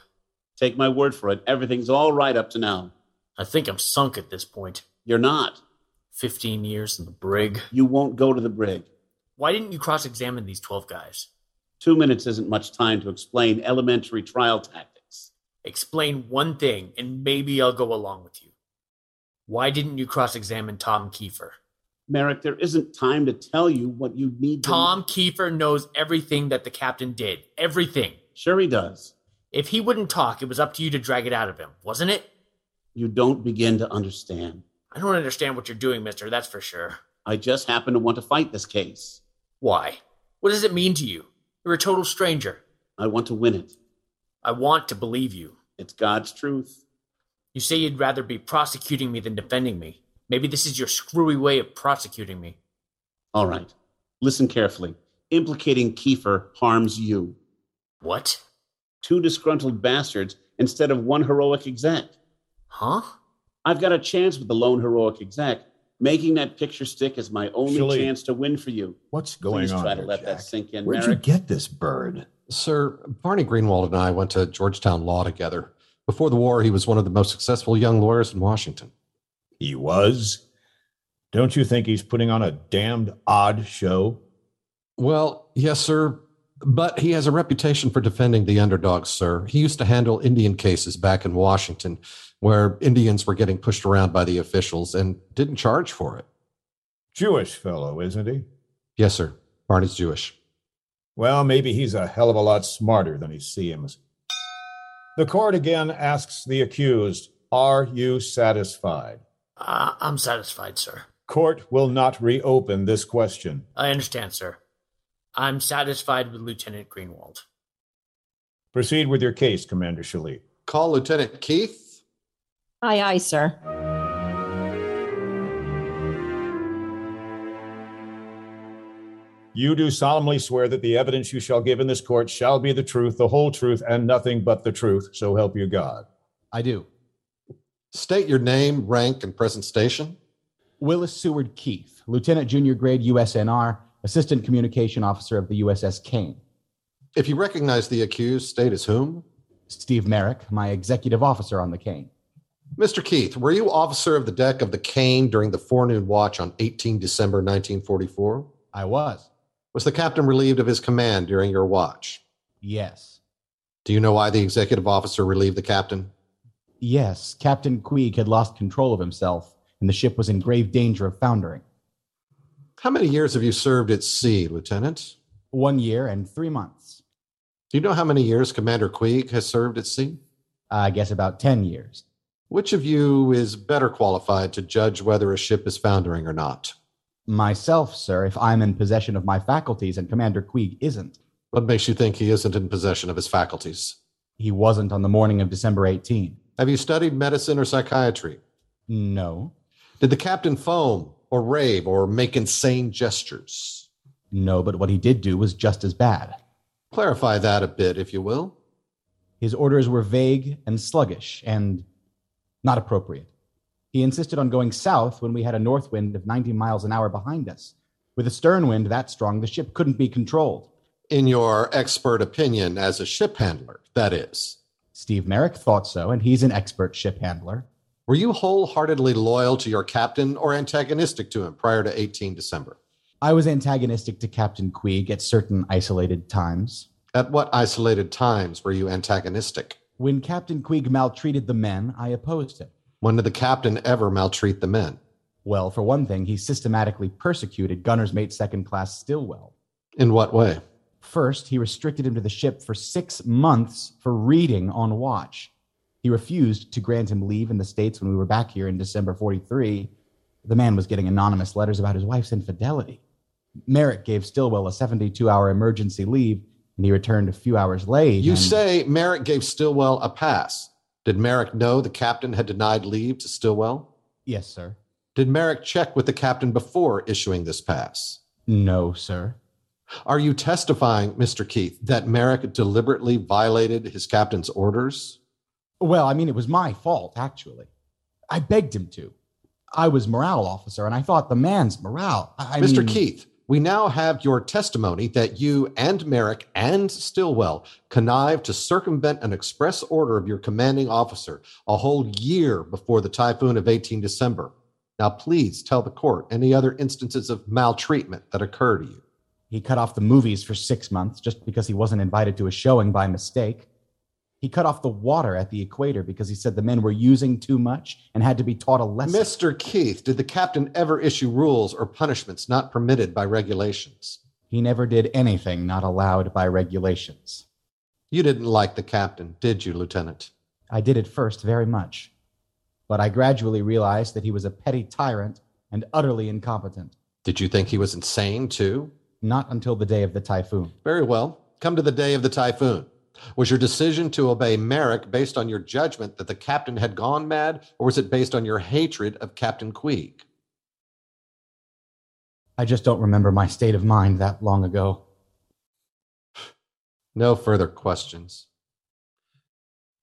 Take my word for it. Everything's all right up to now. I think I'm sunk at this point. You're not. 15 years in the brig. You won't go to the brig. Why didn't you cross examine these 12 guys? Two minutes isn't much time to explain elementary trial tactics. Explain one thing, and maybe I'll go along with you. Why didn't you cross examine Tom Kiefer? Merrick, there isn't time to tell you what you need Tom to... Kiefer knows everything that the captain did. Everything. Sure, he does. If he wouldn't talk, it was up to you to drag it out of him, wasn't it? You don't begin to understand. I don't understand what you're doing, mister, that's for sure. I just happen to want to fight this case. Why? What does it mean to you? You're a total stranger. I want to win it. I want to believe you. It's God's truth. You say you'd rather be prosecuting me than defending me. Maybe this is your screwy way of prosecuting me. All right. Listen carefully. Implicating Kiefer harms you. What? Two disgruntled bastards instead of one heroic exec. Huh? I've got a chance with the lone heroic exec. Making that picture stick is my only Julie, chance to win for you. What's going Please on? Try here, to let Jack? that sink in. Where'd Merrick. you get this bird? Sir, Barney Greenwald and I went to Georgetown Law together. Before the war, he was one of the most successful young lawyers in Washington. He was. Don't you think he's putting on a damned odd show? Well, yes, sir. But he has a reputation for defending the underdogs, sir. He used to handle Indian cases back in Washington where Indians were getting pushed around by the officials and didn't charge for it. Jewish fellow, isn't he? Yes, sir. Barney's Jewish. Well, maybe he's a hell of a lot smarter than he seems. The court again asks the accused, Are you satisfied? Uh, I'm satisfied, sir. Court will not reopen this question. I understand, sir. I'm satisfied with Lieutenant Greenwald. Proceed with your case, Commander Shalit. Call Lieutenant Keith. Aye, aye, sir. You do solemnly swear that the evidence you shall give in this court shall be the truth, the whole truth, and nothing but the truth. So help you God. I do. State your name, rank, and present station. Willis Seward Keith, Lieutenant Junior Grade USNR, Assistant Communication Officer of the USS Kane. If you recognize the accused, state as whom? Steve Merrick, my executive officer on the Kane. Mr. Keith, were you officer of the deck of the Kane during the forenoon watch on 18 December 1944? I was. Was the captain relieved of his command during your watch? Yes. Do you know why the executive officer relieved the captain? Yes, Captain Queeg had lost control of himself, and the ship was in grave danger of foundering. How many years have you served at sea, Lieutenant? One year and three months. Do you know how many years Commander Queeg has served at sea? I guess about 10 years. Which of you is better qualified to judge whether a ship is foundering or not? Myself, sir, if I'm in possession of my faculties and Commander Queeg isn't. What makes you think he isn't in possession of his faculties? He wasn't on the morning of December 18. Have you studied medicine or psychiatry? No. Did the captain foam or rave or make insane gestures? No, but what he did do was just as bad. Clarify that a bit, if you will. His orders were vague and sluggish and not appropriate. He insisted on going south when we had a north wind of 90 miles an hour behind us. With a stern wind that strong, the ship couldn't be controlled. In your expert opinion as a ship handler, that is. Steve Merrick thought so, and he's an expert ship handler. Were you wholeheartedly loyal to your captain or antagonistic to him prior to 18 December? I was antagonistic to Captain Queeg at certain isolated times. At what isolated times were you antagonistic? When Captain Queeg maltreated the men, I opposed him. When did the captain ever maltreat the men? Well, for one thing, he systematically persecuted Gunner's Mate Second Class Stillwell. In what way? First, he restricted him to the ship for six months for reading on watch. He refused to grant him leave in the States when we were back here in December 43. The man was getting anonymous letters about his wife's infidelity. Merrick gave Stillwell a 72 hour emergency leave, and he returned a few hours late. You and- say Merrick gave Stillwell a pass. Did Merrick know the captain had denied leave to Stillwell? Yes, sir. Did Merrick check with the captain before issuing this pass? No, sir. Are you testifying, Mr. Keith, that Merrick deliberately violated his captain's orders? Well, I mean, it was my fault, actually. I begged him to. I was morale officer, and I thought the man's morale. I I Mr. mean- Keith, we now have your testimony that you and Merrick and Stillwell connived to circumvent an express order of your commanding officer a whole year before the typhoon of 18 December. Now, please tell the court any other instances of maltreatment that occur to you. He cut off the movies for six months just because he wasn't invited to a showing by mistake. He cut off the water at the equator because he said the men were using too much and had to be taught a lesson. Mr. Keith, did the captain ever issue rules or punishments not permitted by regulations? He never did anything not allowed by regulations. You didn't like the captain, did you, Lieutenant? I did at first very much, but I gradually realized that he was a petty tyrant and utterly incompetent. Did you think he was insane, too? Not until the day of the typhoon. Very well. Come to the day of the typhoon. Was your decision to obey Merrick based on your judgment that the captain had gone mad, or was it based on your hatred of Captain Queeg? I just don't remember my state of mind that long ago. No further questions.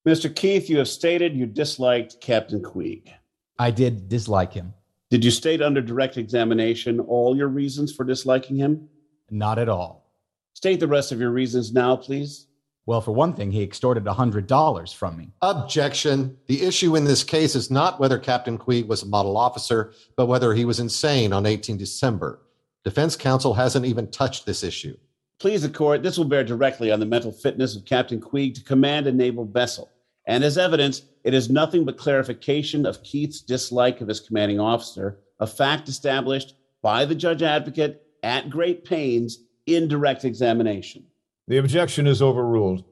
Mr. Keith, you have stated you disliked Captain Queeg. I did dislike him. Did you state under direct examination all your reasons for disliking him? Not at all. State the rest of your reasons now, please. Well, for one thing, he extorted a $100 from me. Objection. The issue in this case is not whether Captain Queeg was a model officer, but whether he was insane on 18 December. Defense counsel hasn't even touched this issue. Please the court, this will bear directly on the mental fitness of Captain Queeg to command a naval vessel. And as evidence, it is nothing but clarification of Keith's dislike of his commanding officer, a fact established by the judge advocate at great pains in direct examination. The objection is overruled.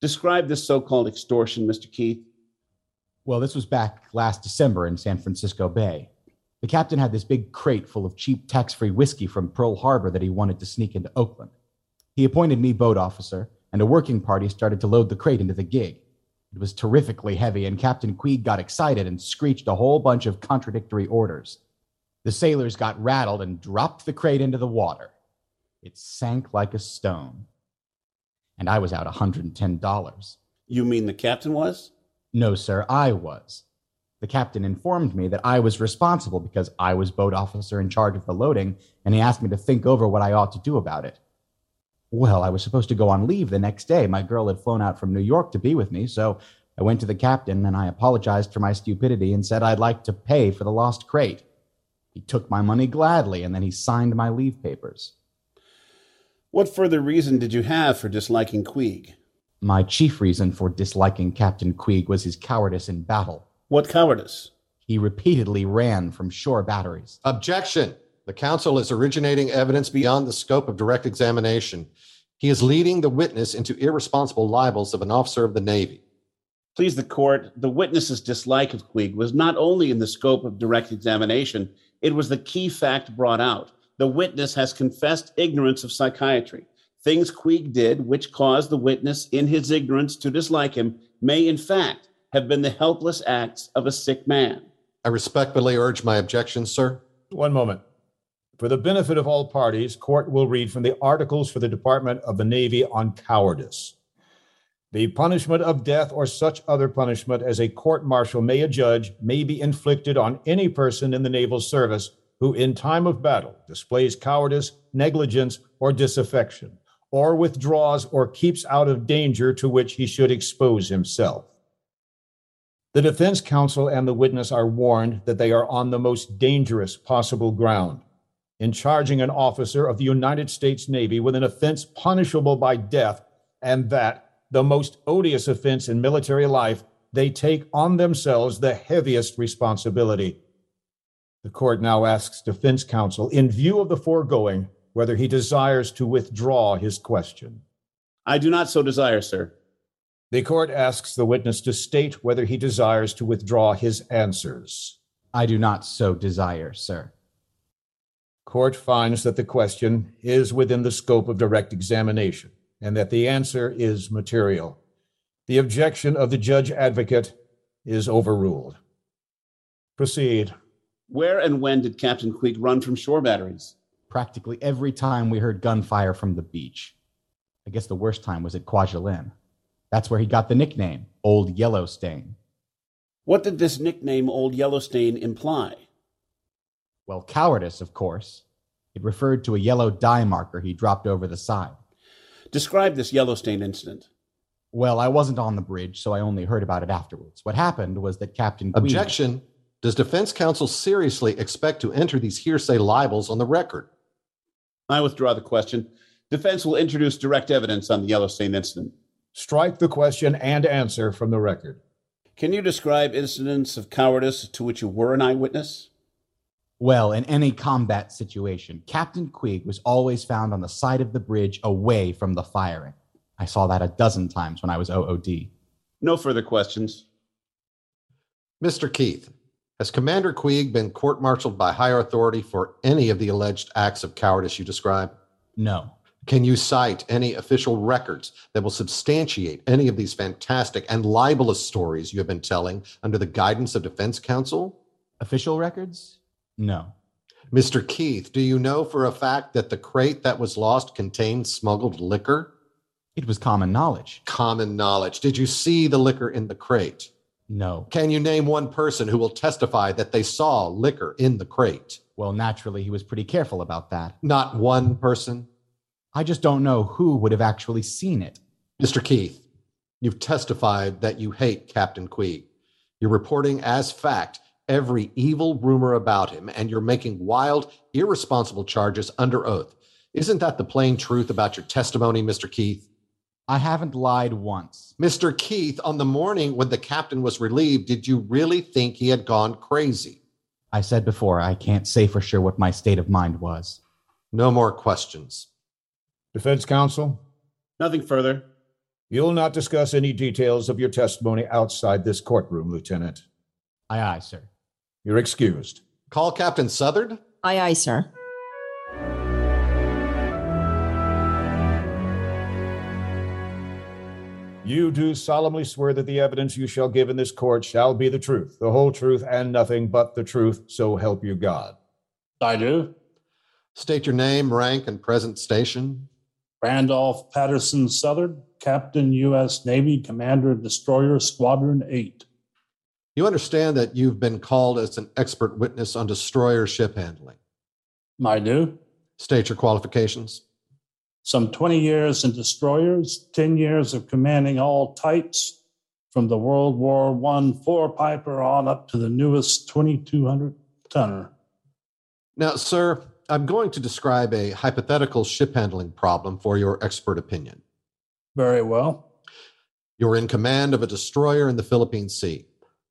Describe this so called extortion, Mr. Keith. Well, this was back last December in San Francisco Bay. The captain had this big crate full of cheap tax free whiskey from Pearl Harbor that he wanted to sneak into Oakland. He appointed me boat officer, and a working party started to load the crate into the gig. It was terrifically heavy, and Captain Queeg got excited and screeched a whole bunch of contradictory orders. The sailors got rattled and dropped the crate into the water. It sank like a stone. And I was out $110. You mean the captain was? No, sir, I was. The captain informed me that I was responsible because I was boat officer in charge of the loading, and he asked me to think over what I ought to do about it. Well, I was supposed to go on leave the next day. My girl had flown out from New York to be with me, so I went to the captain and I apologized for my stupidity and said I'd like to pay for the lost crate. He took my money gladly, and then he signed my leave papers. What further reason did you have for disliking Queeg? My chief reason for disliking Captain Queeg was his cowardice in battle. What cowardice? He repeatedly ran from shore batteries. Objection. The counsel is originating evidence beyond the scope of direct examination. He is leading the witness into irresponsible libels of an officer of the Navy. Please the court, the witness's dislike of Queeg was not only in the scope of direct examination, it was the key fact brought out. The witness has confessed ignorance of psychiatry. Things Queeg did, which caused the witness in his ignorance to dislike him, may in fact have been the helpless acts of a sick man. I respectfully urge my objection, sir. One moment. For the benefit of all parties, court will read from the articles for the Department of the Navy on cowardice. The punishment of death or such other punishment as a court martial may adjudge may be inflicted on any person in the naval service who, in time of battle, displays cowardice, negligence, or disaffection, or withdraws or keeps out of danger to which he should expose himself. The defense counsel and the witness are warned that they are on the most dangerous possible ground. In charging an officer of the United States Navy with an offense punishable by death, and that, the most odious offense in military life, they take on themselves the heaviest responsibility. The court now asks defense counsel, in view of the foregoing, whether he desires to withdraw his question. I do not so desire, sir. The court asks the witness to state whether he desires to withdraw his answers. I do not so desire, sir. Court finds that the question is within the scope of direct examination and that the answer is material. The objection of the judge advocate is overruled. Proceed. Where and when did Captain Queeg run from shore batteries? Practically every time we heard gunfire from the beach. I guess the worst time was at Kwajalein. That's where he got the nickname, Old Yellow Stain. What did this nickname, Old Yellow Stain, imply? Well, cowardice, of course. It referred to a yellow dye marker he dropped over the side. Describe this Yellow Stain incident. Well, I wasn't on the bridge, so I only heard about it afterwards. What happened was that Captain Queen- Objection. Does defense counsel seriously expect to enter these hearsay libels on the record? I withdraw the question. Defense will introduce direct evidence on the Yellow Stain incident. Strike the question and answer from the record. Can you describe incidents of cowardice to which you were an eyewitness? Well, in any combat situation, Captain Queeg was always found on the side of the bridge away from the firing. I saw that a dozen times when I was OOD. No further questions. Mr. Keith, has Commander Queeg been court martialed by higher authority for any of the alleged acts of cowardice you describe? No. Can you cite any official records that will substantiate any of these fantastic and libelous stories you have been telling under the guidance of defense counsel? Official records? No. Mr. Keith, do you know for a fact that the crate that was lost contained smuggled liquor? It was common knowledge. Common knowledge. Did you see the liquor in the crate? No. Can you name one person who will testify that they saw liquor in the crate? Well, naturally, he was pretty careful about that. Not one person? I just don't know who would have actually seen it. Mr. Keith, you've testified that you hate Captain Queeg. You're reporting as fact every evil rumor about him, and you're making wild, irresponsible charges under oath. Isn't that the plain truth about your testimony, Mr. Keith? I haven't lied once. Mr. Keith, on the morning when the captain was relieved, did you really think he had gone crazy? I said before, I can't say for sure what my state of mind was. No more questions. Defense counsel? Nothing further. You'll not discuss any details of your testimony outside this courtroom, Lieutenant. Aye, aye, sir. You're excused. Call Captain Southard? Aye, aye, sir. You do solemnly swear that the evidence you shall give in this court shall be the truth, the whole truth, and nothing but the truth, so help you God. I do. State your name, rank, and present station. Randolph Patterson Southard, Captain, U.S. Navy, Commander of Destroyer Squadron 8. You understand that you've been called as an expert witness on destroyer ship handling. I do. State your qualifications some 20 years in destroyers, 10 years of commanding all types from the World War I four piper on up to the newest 2200 tonner. Now, sir, I'm going to describe a hypothetical ship handling problem for your expert opinion. Very well. You're in command of a destroyer in the Philippine Sea.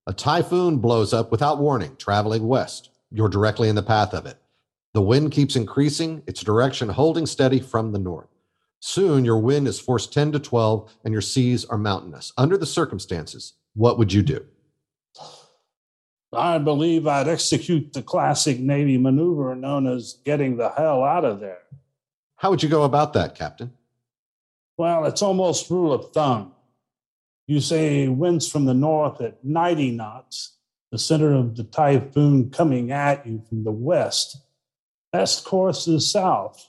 A typhoon blows up without warning, traveling west. You're directly in the path of it. The wind keeps increasing, its direction holding steady from the north. Soon your wind is force 10 to 12 and your seas are mountainous. Under the circumstances, what would you do? I believe I'd execute the classic Navy maneuver known as getting the hell out of there. How would you go about that, Captain? Well, it's almost rule of thumb. You say winds from the north at 90 knots, the center of the typhoon coming at you from the west best course is south.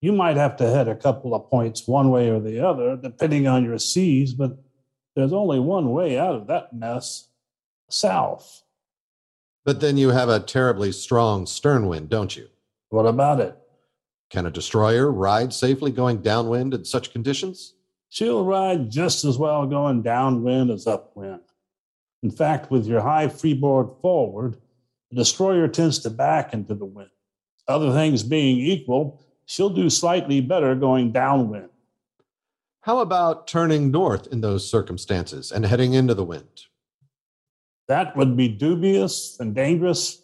You might have to head a couple of points one way or the other, depending on your seas, but there's only one way out of that mess south. But then you have a terribly strong stern wind, don't you? What about it? Can a destroyer ride safely going downwind in such conditions? She'll ride just as well going downwind as upwind. In fact, with your high freeboard forward, the destroyer tends to back into the wind other things being equal, she'll do slightly better going downwind. How about turning north in those circumstances and heading into the wind? That would be dubious and dangerous,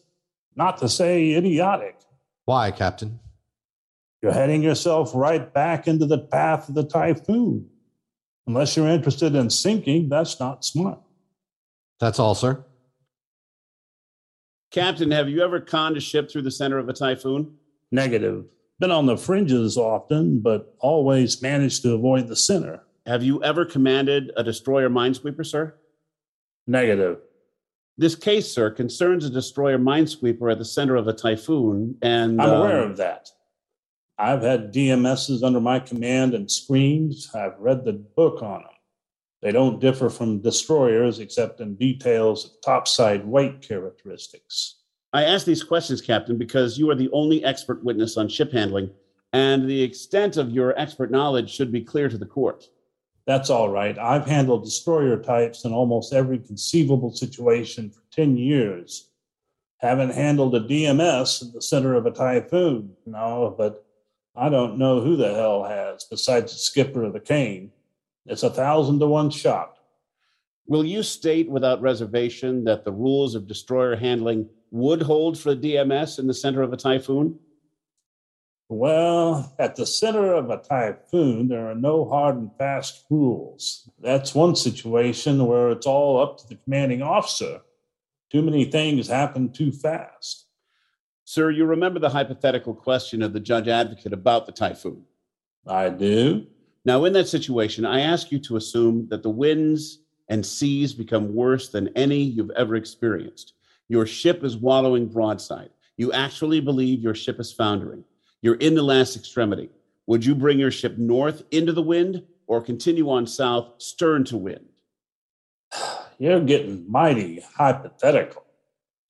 not to say idiotic. Why, Captain? You're heading yourself right back into the path of the typhoon. Unless you're interested in sinking, that's not smart. That's all, sir. Captain, have you ever conned a ship through the center of a typhoon? Negative. Been on the fringes often, but always managed to avoid the center. Have you ever commanded a destroyer minesweeper, sir? Negative. This case, sir, concerns a destroyer minesweeper at the center of a typhoon, and um, I'm aware of that. I've had DMSs under my command and screens. I've read the book on them. They don't differ from destroyers except in details of topside weight characteristics. I ask these questions, Captain, because you are the only expert witness on ship handling, and the extent of your expert knowledge should be clear to the court. That's all right. I've handled destroyer types in almost every conceivable situation for 10 years. Haven't handled a DMS in the center of a typhoon. No, but I don't know who the hell has besides the skipper of the cane. It's a thousand to one shot. Will you state without reservation that the rules of destroyer handling would hold for the DMS in the center of a typhoon? Well, at the center of a typhoon, there are no hard and fast rules. That's one situation where it's all up to the commanding officer. Too many things happen too fast. Sir, you remember the hypothetical question of the judge advocate about the typhoon? I do. Now, in that situation, I ask you to assume that the winds and seas become worse than any you've ever experienced. Your ship is wallowing broadside. You actually believe your ship is foundering. You're in the last extremity. Would you bring your ship north into the wind or continue on south stern to wind? You're getting mighty hypothetical.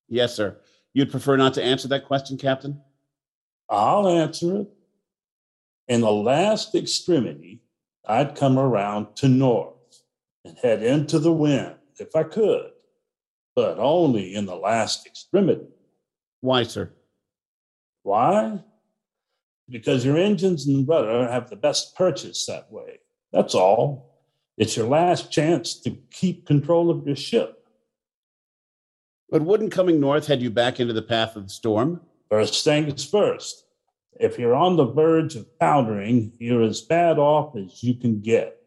Yes, sir. You'd prefer not to answer that question, Captain? I'll answer it. In the last extremity, I'd come around to north and head into the wind if I could, but only in the last extremity. Why, sir? Why? because your engines and rudder have the best purchase that way. That's all. It's your last chance to keep control of your ship. But wouldn't coming north head you back into the path of the storm? First things first. If you're on the verge of foundering, you're as bad off as you can get.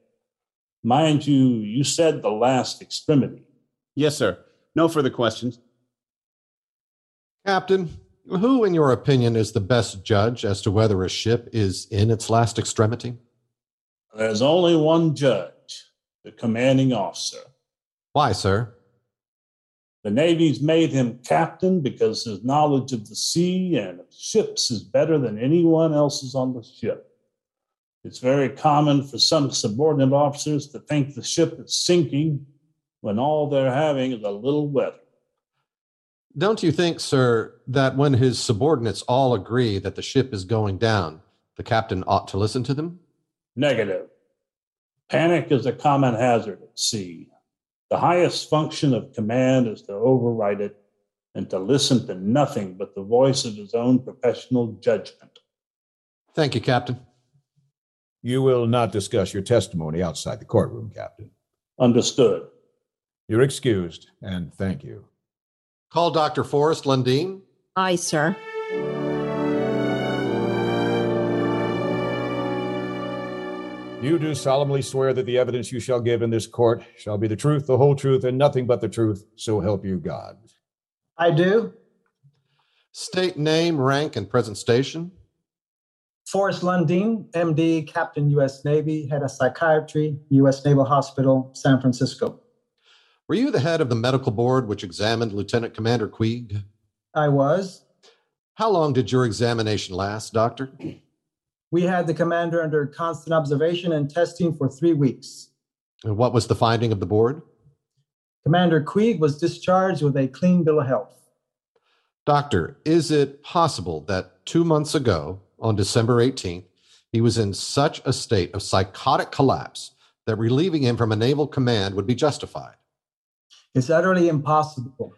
Mind you, you said the last extremity. Yes, sir. No further questions. Captain, who, in your opinion, is the best judge as to whether a ship is in its last extremity? There's only one judge, the commanding officer. Why, sir? The Navy's made him captain because his knowledge of the sea and of ships is better than anyone else's on the ship. It's very common for some subordinate officers to think the ship is sinking when all they're having is a little weather don't you think, sir, that when his subordinates all agree that the ship is going down, the captain ought to listen to them? Negative. Panic is a common hazard at sea. The highest function of command is to override it and to listen to nothing but the voice of his own professional judgment. Thank you, Captain. You will not discuss your testimony outside the courtroom, Captain. Understood. You're excused, and thank you. Call Dr. Forrest Lundeen. Aye, sir. You do solemnly swear that the evidence you shall give in this court shall be the truth, the whole truth, and nothing but the truth, so help you God. I do. State name, rank, and present station. Forrest Lundeen, MD, Captain, U.S. Navy, Head of Psychiatry, U.S. Naval Hospital, San Francisco. Were you the head of the medical board which examined Lieutenant Commander Queeg? I was. How long did your examination last, Doctor? We had the commander under constant observation and testing for three weeks. And what was the finding of the board? Commander Queeg was discharged with a clean bill of health. Doctor, is it possible that two months ago, on December 18th, he was in such a state of psychotic collapse that relieving him from a naval command would be justified? It's utterly impossible.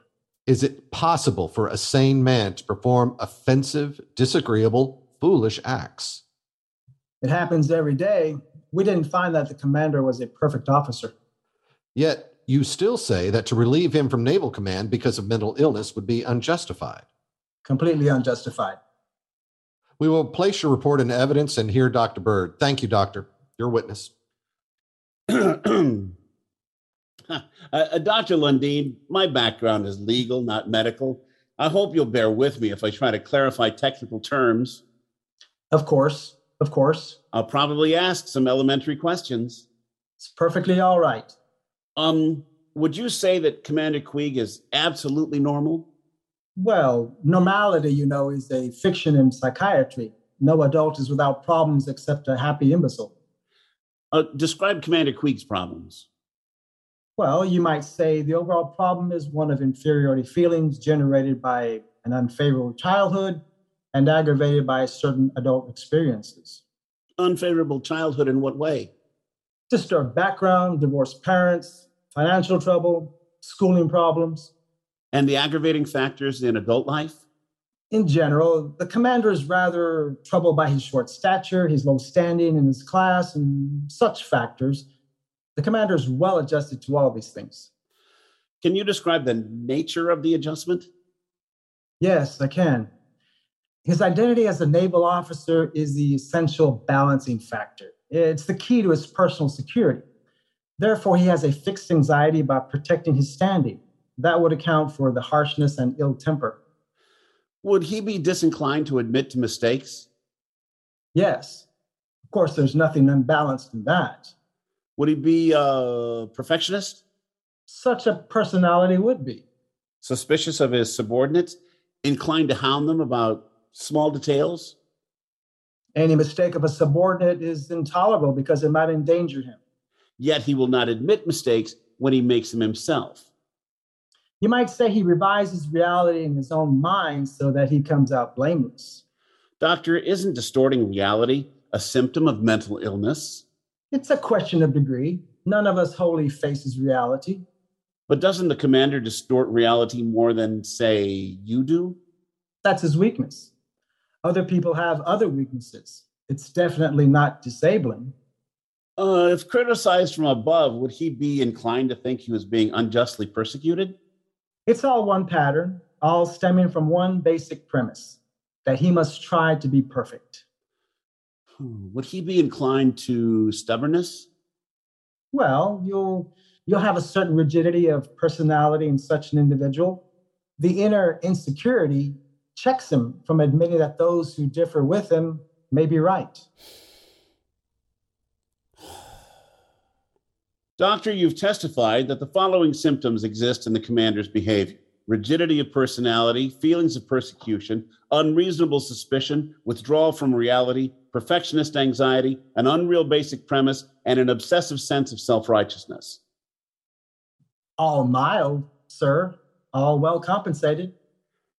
Is it possible for a sane man to perform offensive, disagreeable, foolish acts? It happens every day. We didn't find that the commander was a perfect officer. Yet you still say that to relieve him from naval command because of mental illness would be unjustified. completely unjustified. We will place your report in evidence and hear Dr. Bird. Thank you, Doctor. Your witness. Uh, uh, Dr. Lundeen, my background is legal, not medical. I hope you'll bear with me if I try to clarify technical terms. Of course, of course. I'll probably ask some elementary questions. It's perfectly all right. Um, would you say that Commander Queeg is absolutely normal? Well, normality, you know, is a fiction in psychiatry. No adult is without problems except a happy imbecile. Uh, describe Commander Queeg's problems. Well, you might say the overall problem is one of inferiority feelings generated by an unfavorable childhood and aggravated by certain adult experiences. Unfavorable childhood in what way? Disturbed background, divorced parents, financial trouble, schooling problems. And the aggravating factors in adult life? In general, the commander is rather troubled by his short stature, his low standing in his class, and such factors. The commander is well adjusted to all these things. Can you describe the nature of the adjustment? Yes, I can. His identity as a naval officer is the essential balancing factor. It's the key to his personal security. Therefore, he has a fixed anxiety about protecting his standing. That would account for the harshness and ill temper. Would he be disinclined to admit to mistakes? Yes. Of course, there's nothing unbalanced in that. Would he be a perfectionist? Such a personality would be. Suspicious of his subordinates? Inclined to hound them about small details? Any mistake of a subordinate is intolerable because it might endanger him. Yet he will not admit mistakes when he makes them himself. You might say he revises reality in his own mind so that he comes out blameless. Doctor, isn't distorting reality a symptom of mental illness? It's a question of degree. None of us wholly faces reality. But doesn't the commander distort reality more than, say, you do? That's his weakness. Other people have other weaknesses. It's definitely not disabling. Uh, if criticized from above, would he be inclined to think he was being unjustly persecuted? It's all one pattern, all stemming from one basic premise that he must try to be perfect Hmm, would he be inclined to stubbornness well you'll you'll have a certain rigidity of personality in such an individual the inner insecurity checks him from admitting that those who differ with him may be right doctor you've testified that the following symptoms exist in the commander's behavior rigidity of personality, feelings of persecution, unreasonable suspicion, withdrawal from reality, perfectionist anxiety, an unreal basic premise, and an obsessive sense of self righteousness. All mild, sir. All well compensated.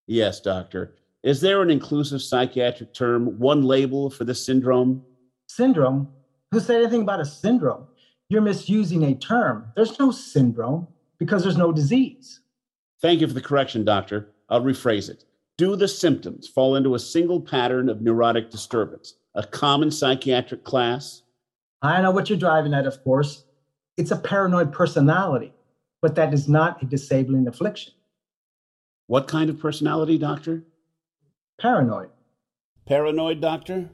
Yes, doctor. Is there an inclusive psychiatric term, one label for this syndrome? Syndrome? Who said anything about a syndrome? You're misusing a term. There's no syndrome because there's no disease. Thank you for the correction, doctor. I'll rephrase it. Do the symptoms fall into a single pattern of neurotic disturbance, a common psychiatric class? I know what you're driving at, of course. It's a paranoid personality, but that is not a disabling affliction. What kind of personality, doctor? Paranoid. Paranoid, doctor?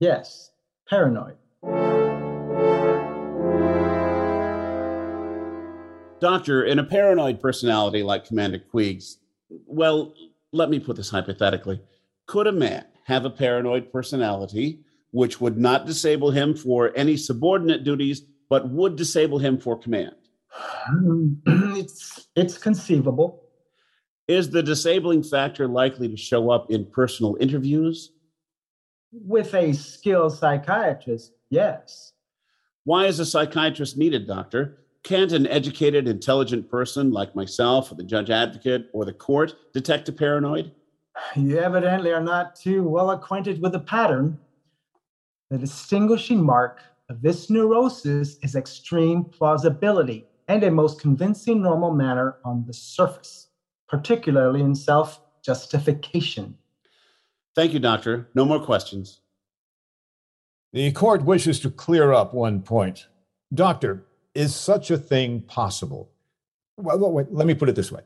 Yes, paranoid. Doctor, in a paranoid personality like Commander Queeg's, well, let me put this hypothetically. Could a man have a paranoid personality which would not disable him for any subordinate duties, but would disable him for command? it's, it's conceivable. Is the disabling factor likely to show up in personal interviews? With a skilled psychiatrist, yes. Why is a psychiatrist needed, doctor? Can't an educated, intelligent person like myself or the judge advocate or the court detect a paranoid? You evidently are not too well acquainted with the pattern. The distinguishing mark of this neurosis is extreme plausibility and a most convincing normal manner on the surface, particularly in self justification. Thank you, Doctor. No more questions. The court wishes to clear up one point. Doctor, is such a thing possible? Well, wait, let me put it this way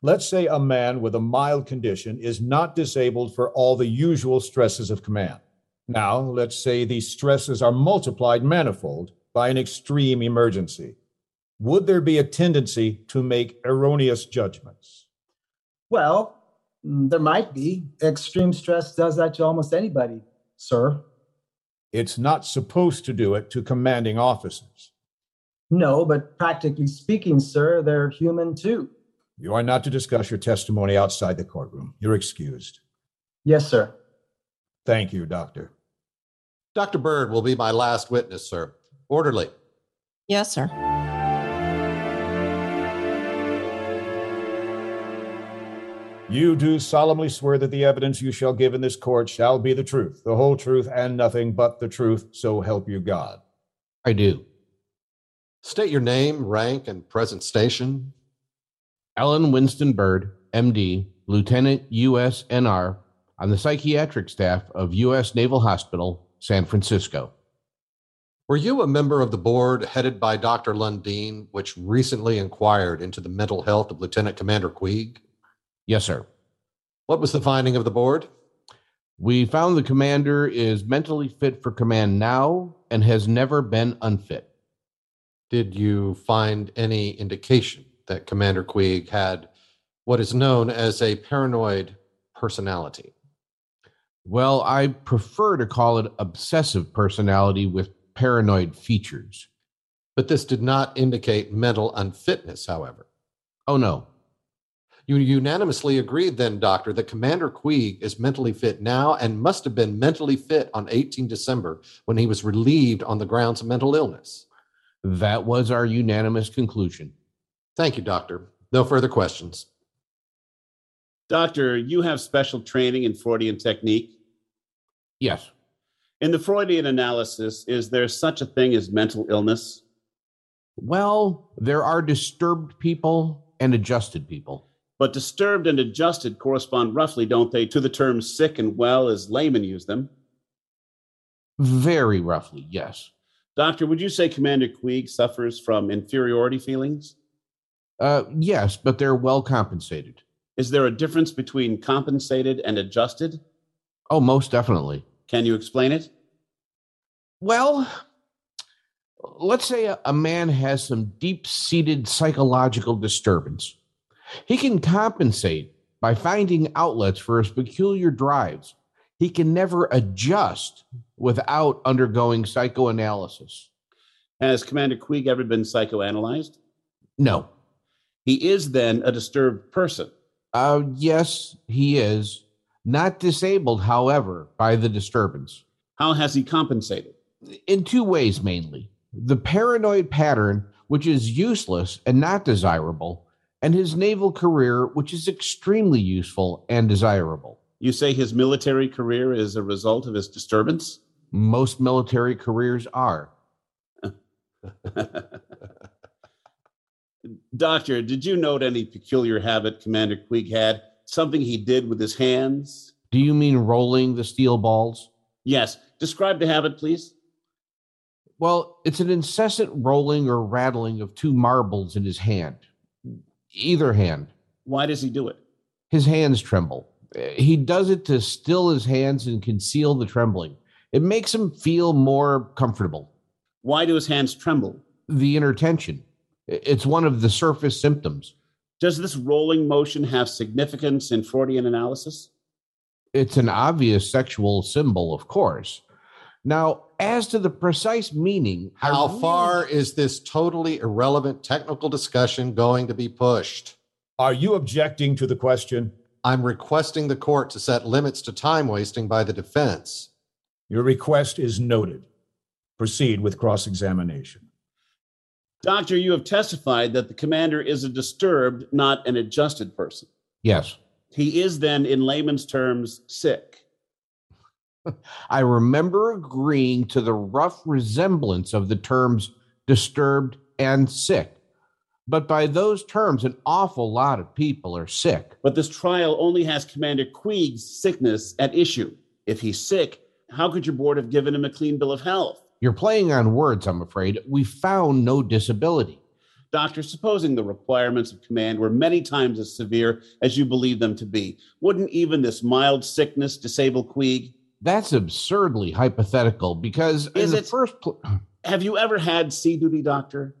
Let's say a man with a mild condition is not disabled for all the usual stresses of command. Now, let's say these stresses are multiplied manifold by an extreme emergency. Would there be a tendency to make erroneous judgments? Well, mm, there might be. Extreme stress does that to almost anybody, sir. It's not supposed to do it to commanding officers. No, but practically speaking, sir, they're human too. You are not to discuss your testimony outside the courtroom. You're excused. Yes, sir. Thank you, Doctor. Dr. Bird will be my last witness, sir. Orderly. Yes, sir. You do solemnly swear that the evidence you shall give in this court shall be the truth, the whole truth, and nothing but the truth, so help you God. I do. State your name, rank, and present station. Alan Winston Byrd, MD, Lieutenant USNR, on the psychiatric staff of U.S. Naval Hospital, San Francisco. Were you a member of the board headed by Dr. Lundeen, which recently inquired into the mental health of Lieutenant Commander Queeg? Yes, sir. What was the finding of the board? We found the commander is mentally fit for command now and has never been unfit. Did you find any indication that Commander Queeg had what is known as a paranoid personality? Well, I prefer to call it obsessive personality with paranoid features. But this did not indicate mental unfitness, however. Oh, no. You unanimously agreed then, Doctor, that Commander Queeg is mentally fit now and must have been mentally fit on 18 December when he was relieved on the grounds of mental illness. That was our unanimous conclusion. Thank you, Doctor. No further questions. Doctor, you have special training in Freudian technique? Yes. In the Freudian analysis, is there such a thing as mental illness? Well, there are disturbed people and adjusted people. But disturbed and adjusted correspond roughly, don't they, to the terms sick and well as laymen use them? Very roughly, yes. Doctor, would you say Commander Queeg suffers from inferiority feelings? Uh, yes, but they're well compensated. Is there a difference between compensated and adjusted? Oh, most definitely. Can you explain it? Well, let's say a, a man has some deep seated psychological disturbance. He can compensate by finding outlets for his peculiar drives. He can never adjust without undergoing psychoanalysis. Has Commander Queeg ever been psychoanalyzed? No. He is then a disturbed person. Uh, yes, he is. Not disabled, however, by the disturbance. How has he compensated? In two ways mainly the paranoid pattern, which is useless and not desirable, and his naval career, which is extremely useful and desirable. You say his military career is a result of his disturbance? Most military careers are. Doctor, did you note any peculiar habit Commander Queeg had? Something he did with his hands? Do you mean rolling the steel balls? Yes. Describe the habit, please. Well, it's an incessant rolling or rattling of two marbles in his hand. Either hand. Why does he do it? His hands tremble. He does it to still his hands and conceal the trembling. It makes him feel more comfortable. Why do his hands tremble? The inner tension. It's one of the surface symptoms. Does this rolling motion have significance in Freudian analysis? It's an obvious sexual symbol, of course. Now, as to the precise meaning, how really... far is this totally irrelevant technical discussion going to be pushed? Are you objecting to the question? I'm requesting the court to set limits to time wasting by the defense. Your request is noted. Proceed with cross examination. Doctor, you have testified that the commander is a disturbed, not an adjusted person. Yes. He is then, in layman's terms, sick. I remember agreeing to the rough resemblance of the terms disturbed and sick. But by those terms, an awful lot of people are sick. But this trial only has Commander Queeg's sickness at issue. If he's sick, how could your board have given him a clean bill of health? You're playing on words, I'm afraid. We found no disability. Doctor, supposing the requirements of command were many times as severe as you believe them to be, wouldn't even this mild sickness disable Queeg? That's absurdly hypothetical because in Is the it- first pl- Have you ever had sea duty, Doctor?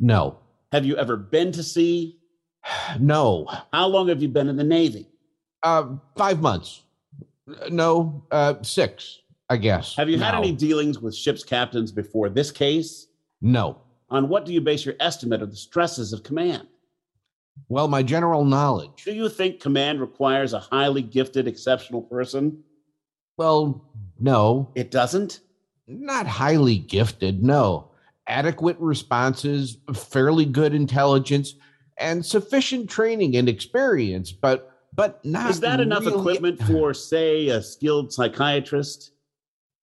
no, Have you ever been to sea? no, How long have you been in the Navy? uh, five months, no, uh, six, I guess. Have you had now. any dealings with ship's captains before this case? No. On what do you base your estimate of the stresses of command? Well, my general knowledge. Do you think command requires a highly gifted, exceptional person? Well, no. It doesn't? Not highly gifted, no. Adequate responses, fairly good intelligence, and sufficient training and experience, but but not Is that enough really- equipment for, say, a skilled psychiatrist?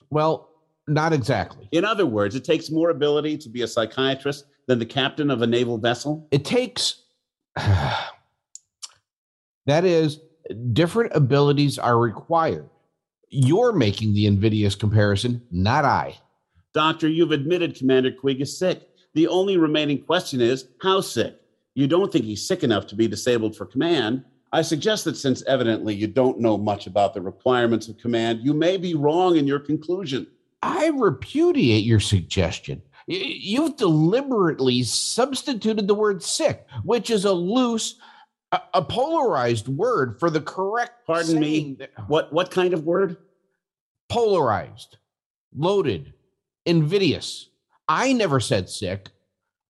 Well, not exactly. In other words, it takes more ability to be a psychiatrist than the captain of a naval vessel? It takes that is different abilities are required. You're making the invidious comparison, not I. Doctor, you've admitted Commander Quig is sick. The only remaining question is how sick? You don't think he's sick enough to be disabled for command. I suggest that since evidently you don't know much about the requirements of command, you may be wrong in your conclusion. I repudiate your suggestion. Y- You've deliberately substituted the word sick, which is a loose, a, a polarized word for the correct. Pardon me. What what kind of word? Polarized, loaded, invidious. I never said sick.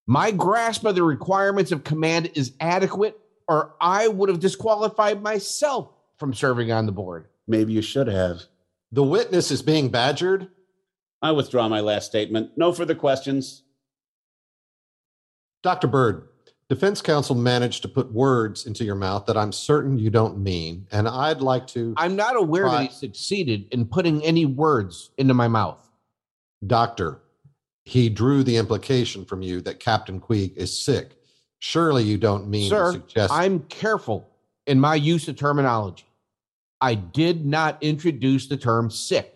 My grasp of the requirements of command is adequate, or I would have disqualified myself from serving on the board. Maybe you should have. The witness is being badgered. I withdraw my last statement. No further questions. Dr. Bird, defense counsel managed to put words into your mouth that I'm certain you don't mean, and I'd like to. I'm not aware that he succeeded in putting any words into my mouth. Doctor, he drew the implication from you that Captain Queeg is sick. Surely you don't mean to Sir, suggest. I'm careful in my use of terminology. I did not introduce the term sick.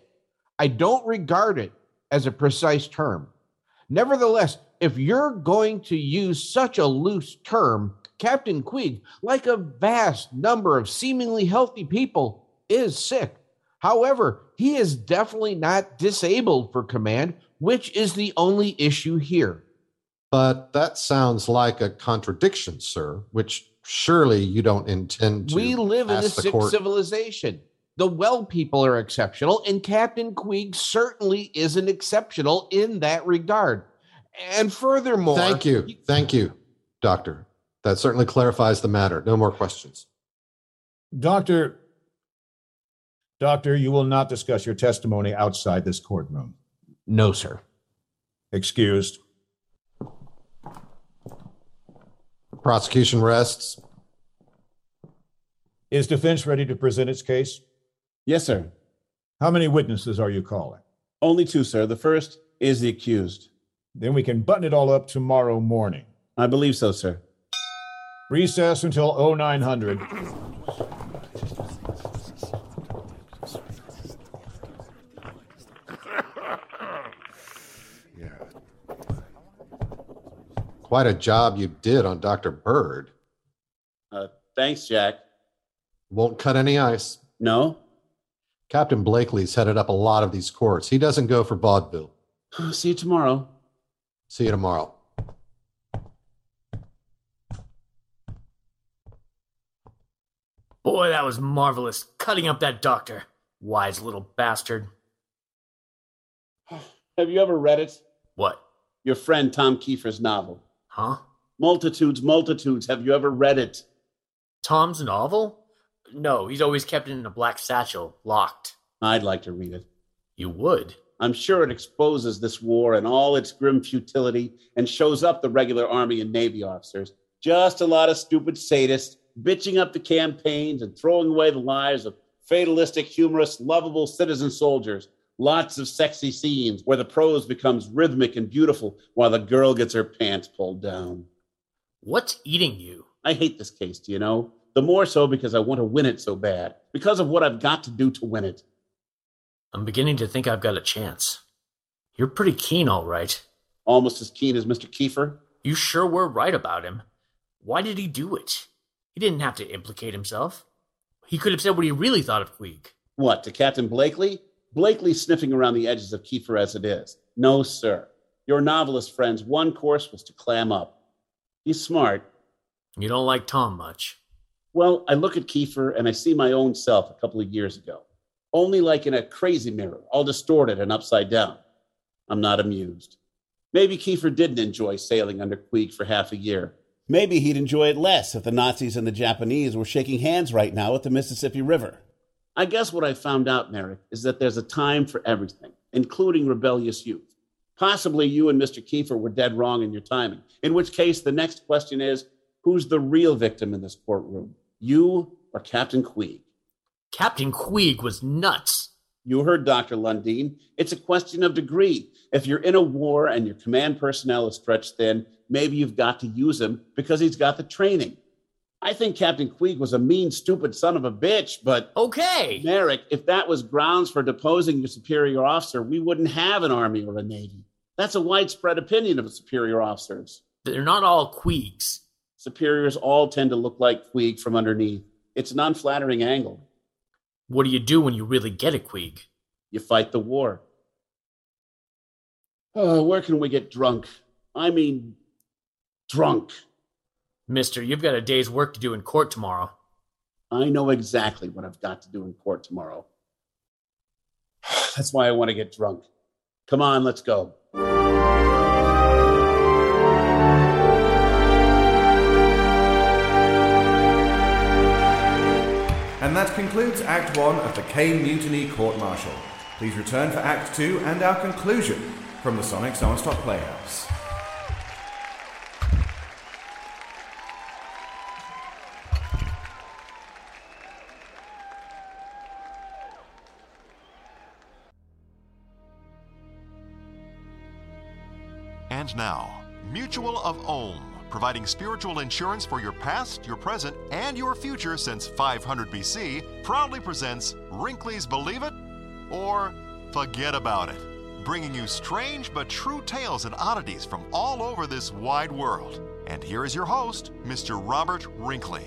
I don't regard it as a precise term. Nevertheless, if you're going to use such a loose term, Captain Queeg, like a vast number of seemingly healthy people, is sick. However, he is definitely not disabled for command, which is the only issue here. But that sounds like a contradiction, sir, which surely you don't intend to. we live in a ask the sick court- civilization. The well people are exceptional, and Captain Queeg certainly isn't exceptional in that regard. And furthermore, Thank you. Thank you, doctor. That certainly clarifies the matter. No more questions. Doctor, doctor, you will not discuss your testimony outside this courtroom. No, sir. Excused. Prosecution rests. Is defense ready to present its case? Yes, sir. How many witnesses are you calling? Only two, sir. The first is the accused. Then we can button it all up tomorrow morning. I believe so, sir. Recess until 0900. Quite a job you did on Dr. Bird. Uh, thanks, Jack. Won't cut any ice. No? Captain Blakely's headed up a lot of these courts. He doesn't go for vaudeville. See you tomorrow. See you tomorrow. Boy, that was marvelous cutting up that doctor. Wise little bastard. Have you ever read it? What? Your friend Tom Kiefer's novel. Huh? Multitudes, multitudes. Have you ever read it? Tom's novel? No, he's always kept it in a black satchel, locked. I'd like to read it. You would? I'm sure it exposes this war and all its grim futility and shows up the regular Army and Navy officers. Just a lot of stupid sadists bitching up the campaigns and throwing away the lives of fatalistic, humorous, lovable citizen soldiers. Lots of sexy scenes where the prose becomes rhythmic and beautiful while the girl gets her pants pulled down. What's eating you? I hate this case, do you know? The more so because I want to win it so bad, because of what I've got to do to win it. I'm beginning to think I've got a chance. You're pretty keen, all right. Almost as keen as Mr. Kiefer. You sure were right about him. Why did he do it? He didn't have to implicate himself. He could have said what he really thought of Queeg. What, to Captain Blakely? Blakely sniffing around the edges of Kiefer as it is. No, sir. Your novelist friend's one course was to clam up. He's smart. You don't like Tom much. Well, I look at Kiefer and I see my own self a couple of years ago, only like in a crazy mirror, all distorted and upside down. I'm not amused. Maybe Kiefer didn't enjoy sailing under Queeg for half a year. Maybe he'd enjoy it less if the Nazis and the Japanese were shaking hands right now at the Mississippi River. I guess what I found out, Merrick, is that there's a time for everything, including rebellious youth. Possibly you and Mr. Kiefer were dead wrong in your timing, in which case the next question is who's the real victim in this courtroom, you or Captain Queeg? Captain Queeg was nuts. You heard Dr. Lundeen. It's a question of degree. If you're in a war and your command personnel is stretched thin, maybe you've got to use him because he's got the training. I think Captain Queeg was a mean, stupid son of a bitch, but. Okay. Merrick, if that was grounds for deposing your superior officer, we wouldn't have an army or a navy. That's a widespread opinion of superior officers. They're not all Queegs. Superiors all tend to look like Queeg from underneath. It's an unflattering angle. What do you do when you really get a Queeg? You fight the war. Uh, where can we get drunk? I mean, drunk. Mister, you've got a day's work to do in court tomorrow. I know exactly what I've got to do in court tomorrow. That's why I want to get drunk. Come on, let's go. And that concludes Act 1 of the Kane Mutiny Court Martial. Please return for Act 2 and our conclusion from the Sonic Summerstock Playhouse. And now, Mutual of Ohm, providing spiritual insurance for your past, your present, and your future since 500 BC, proudly presents Wrinkly's Believe It or Forget About It, bringing you strange but true tales and oddities from all over this wide world. And here is your host, Mr. Robert Wrinkly.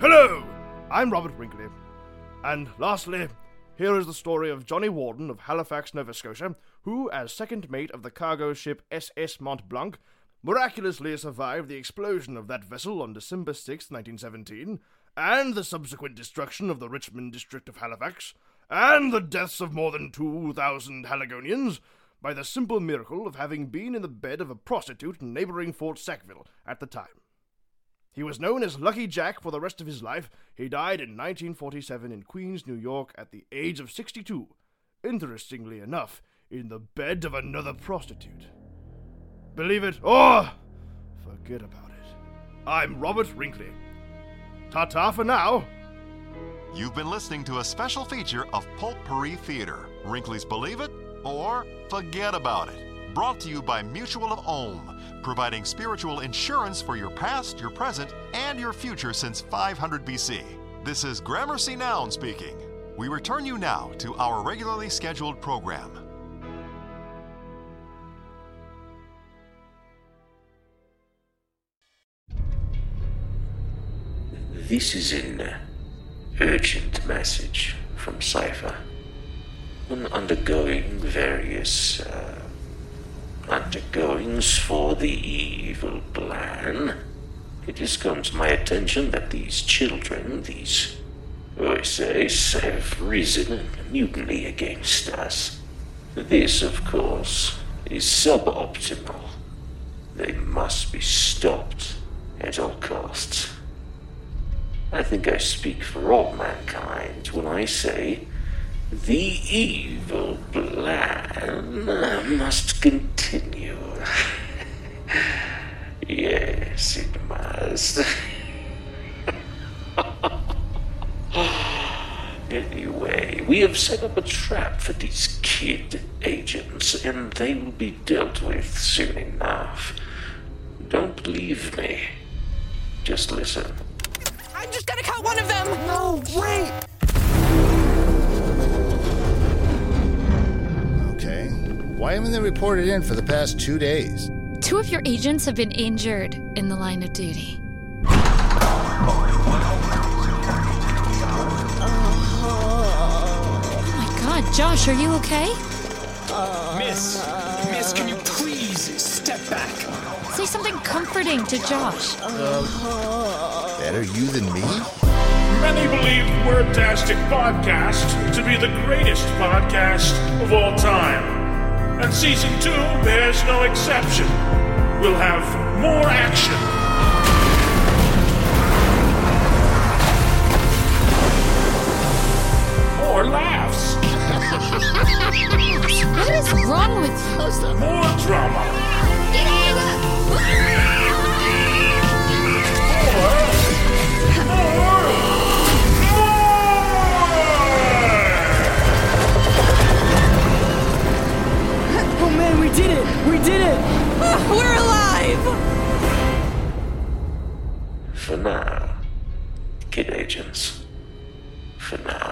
Hello, I'm Robert Wrinkly. And lastly, here is the story of Johnny Warden of Halifax, Nova Scotia, who, as second mate of the cargo ship SS Mont Blanc, miraculously survived the explosion of that vessel on December 6, 1917, and the subsequent destruction of the Richmond district of Halifax, and the deaths of more than 2,000 Haligonians, by the simple miracle of having been in the bed of a prostitute in neighboring Fort Sackville at the time. He was known as Lucky Jack for the rest of his life. He died in 1947 in Queens, New York, at the age of 62. Interestingly enough, in the bed of another prostitute. Believe it or forget about it. I'm Robert Wrinkley. Ta ta for now. You've been listening to a special feature of Pulppery Theater Wrinkly's Believe It or Forget About It. Brought to you by Mutual of Ohm, providing spiritual insurance for your past, your present, and your future since 500 BC. This is Gramercy Noun speaking. We return you now to our regularly scheduled program. This is an urgent message from Cypher. On undergoing various uh, undergoings for the evil plan, it has come to my attention that these children, these Oises, have risen in mutiny against us. This, of course, is suboptimal. They must be stopped at all costs. I think I speak for all mankind when I say the evil plan must continue. yes, it must. anyway, we have set up a trap for these kid agents, and they will be dealt with soon enough. Don't believe me. Just listen. I'm just gonna cut one of them! No, wait! Okay. Why haven't they reported in for the past two days? Two of your agents have been injured in the line of duty. Oh my god, Josh, are you okay? Miss, Miss, can you please step back? Say something comforting to Josh. Better you than me? Many believe Wordtastic Podcast to be the greatest podcast of all time. And season two bears no exception. We'll have more action. More laughs. what is wrong with you? More drama. Oh man, we did it! We did it! we're alive! For now. Kid agents. For now.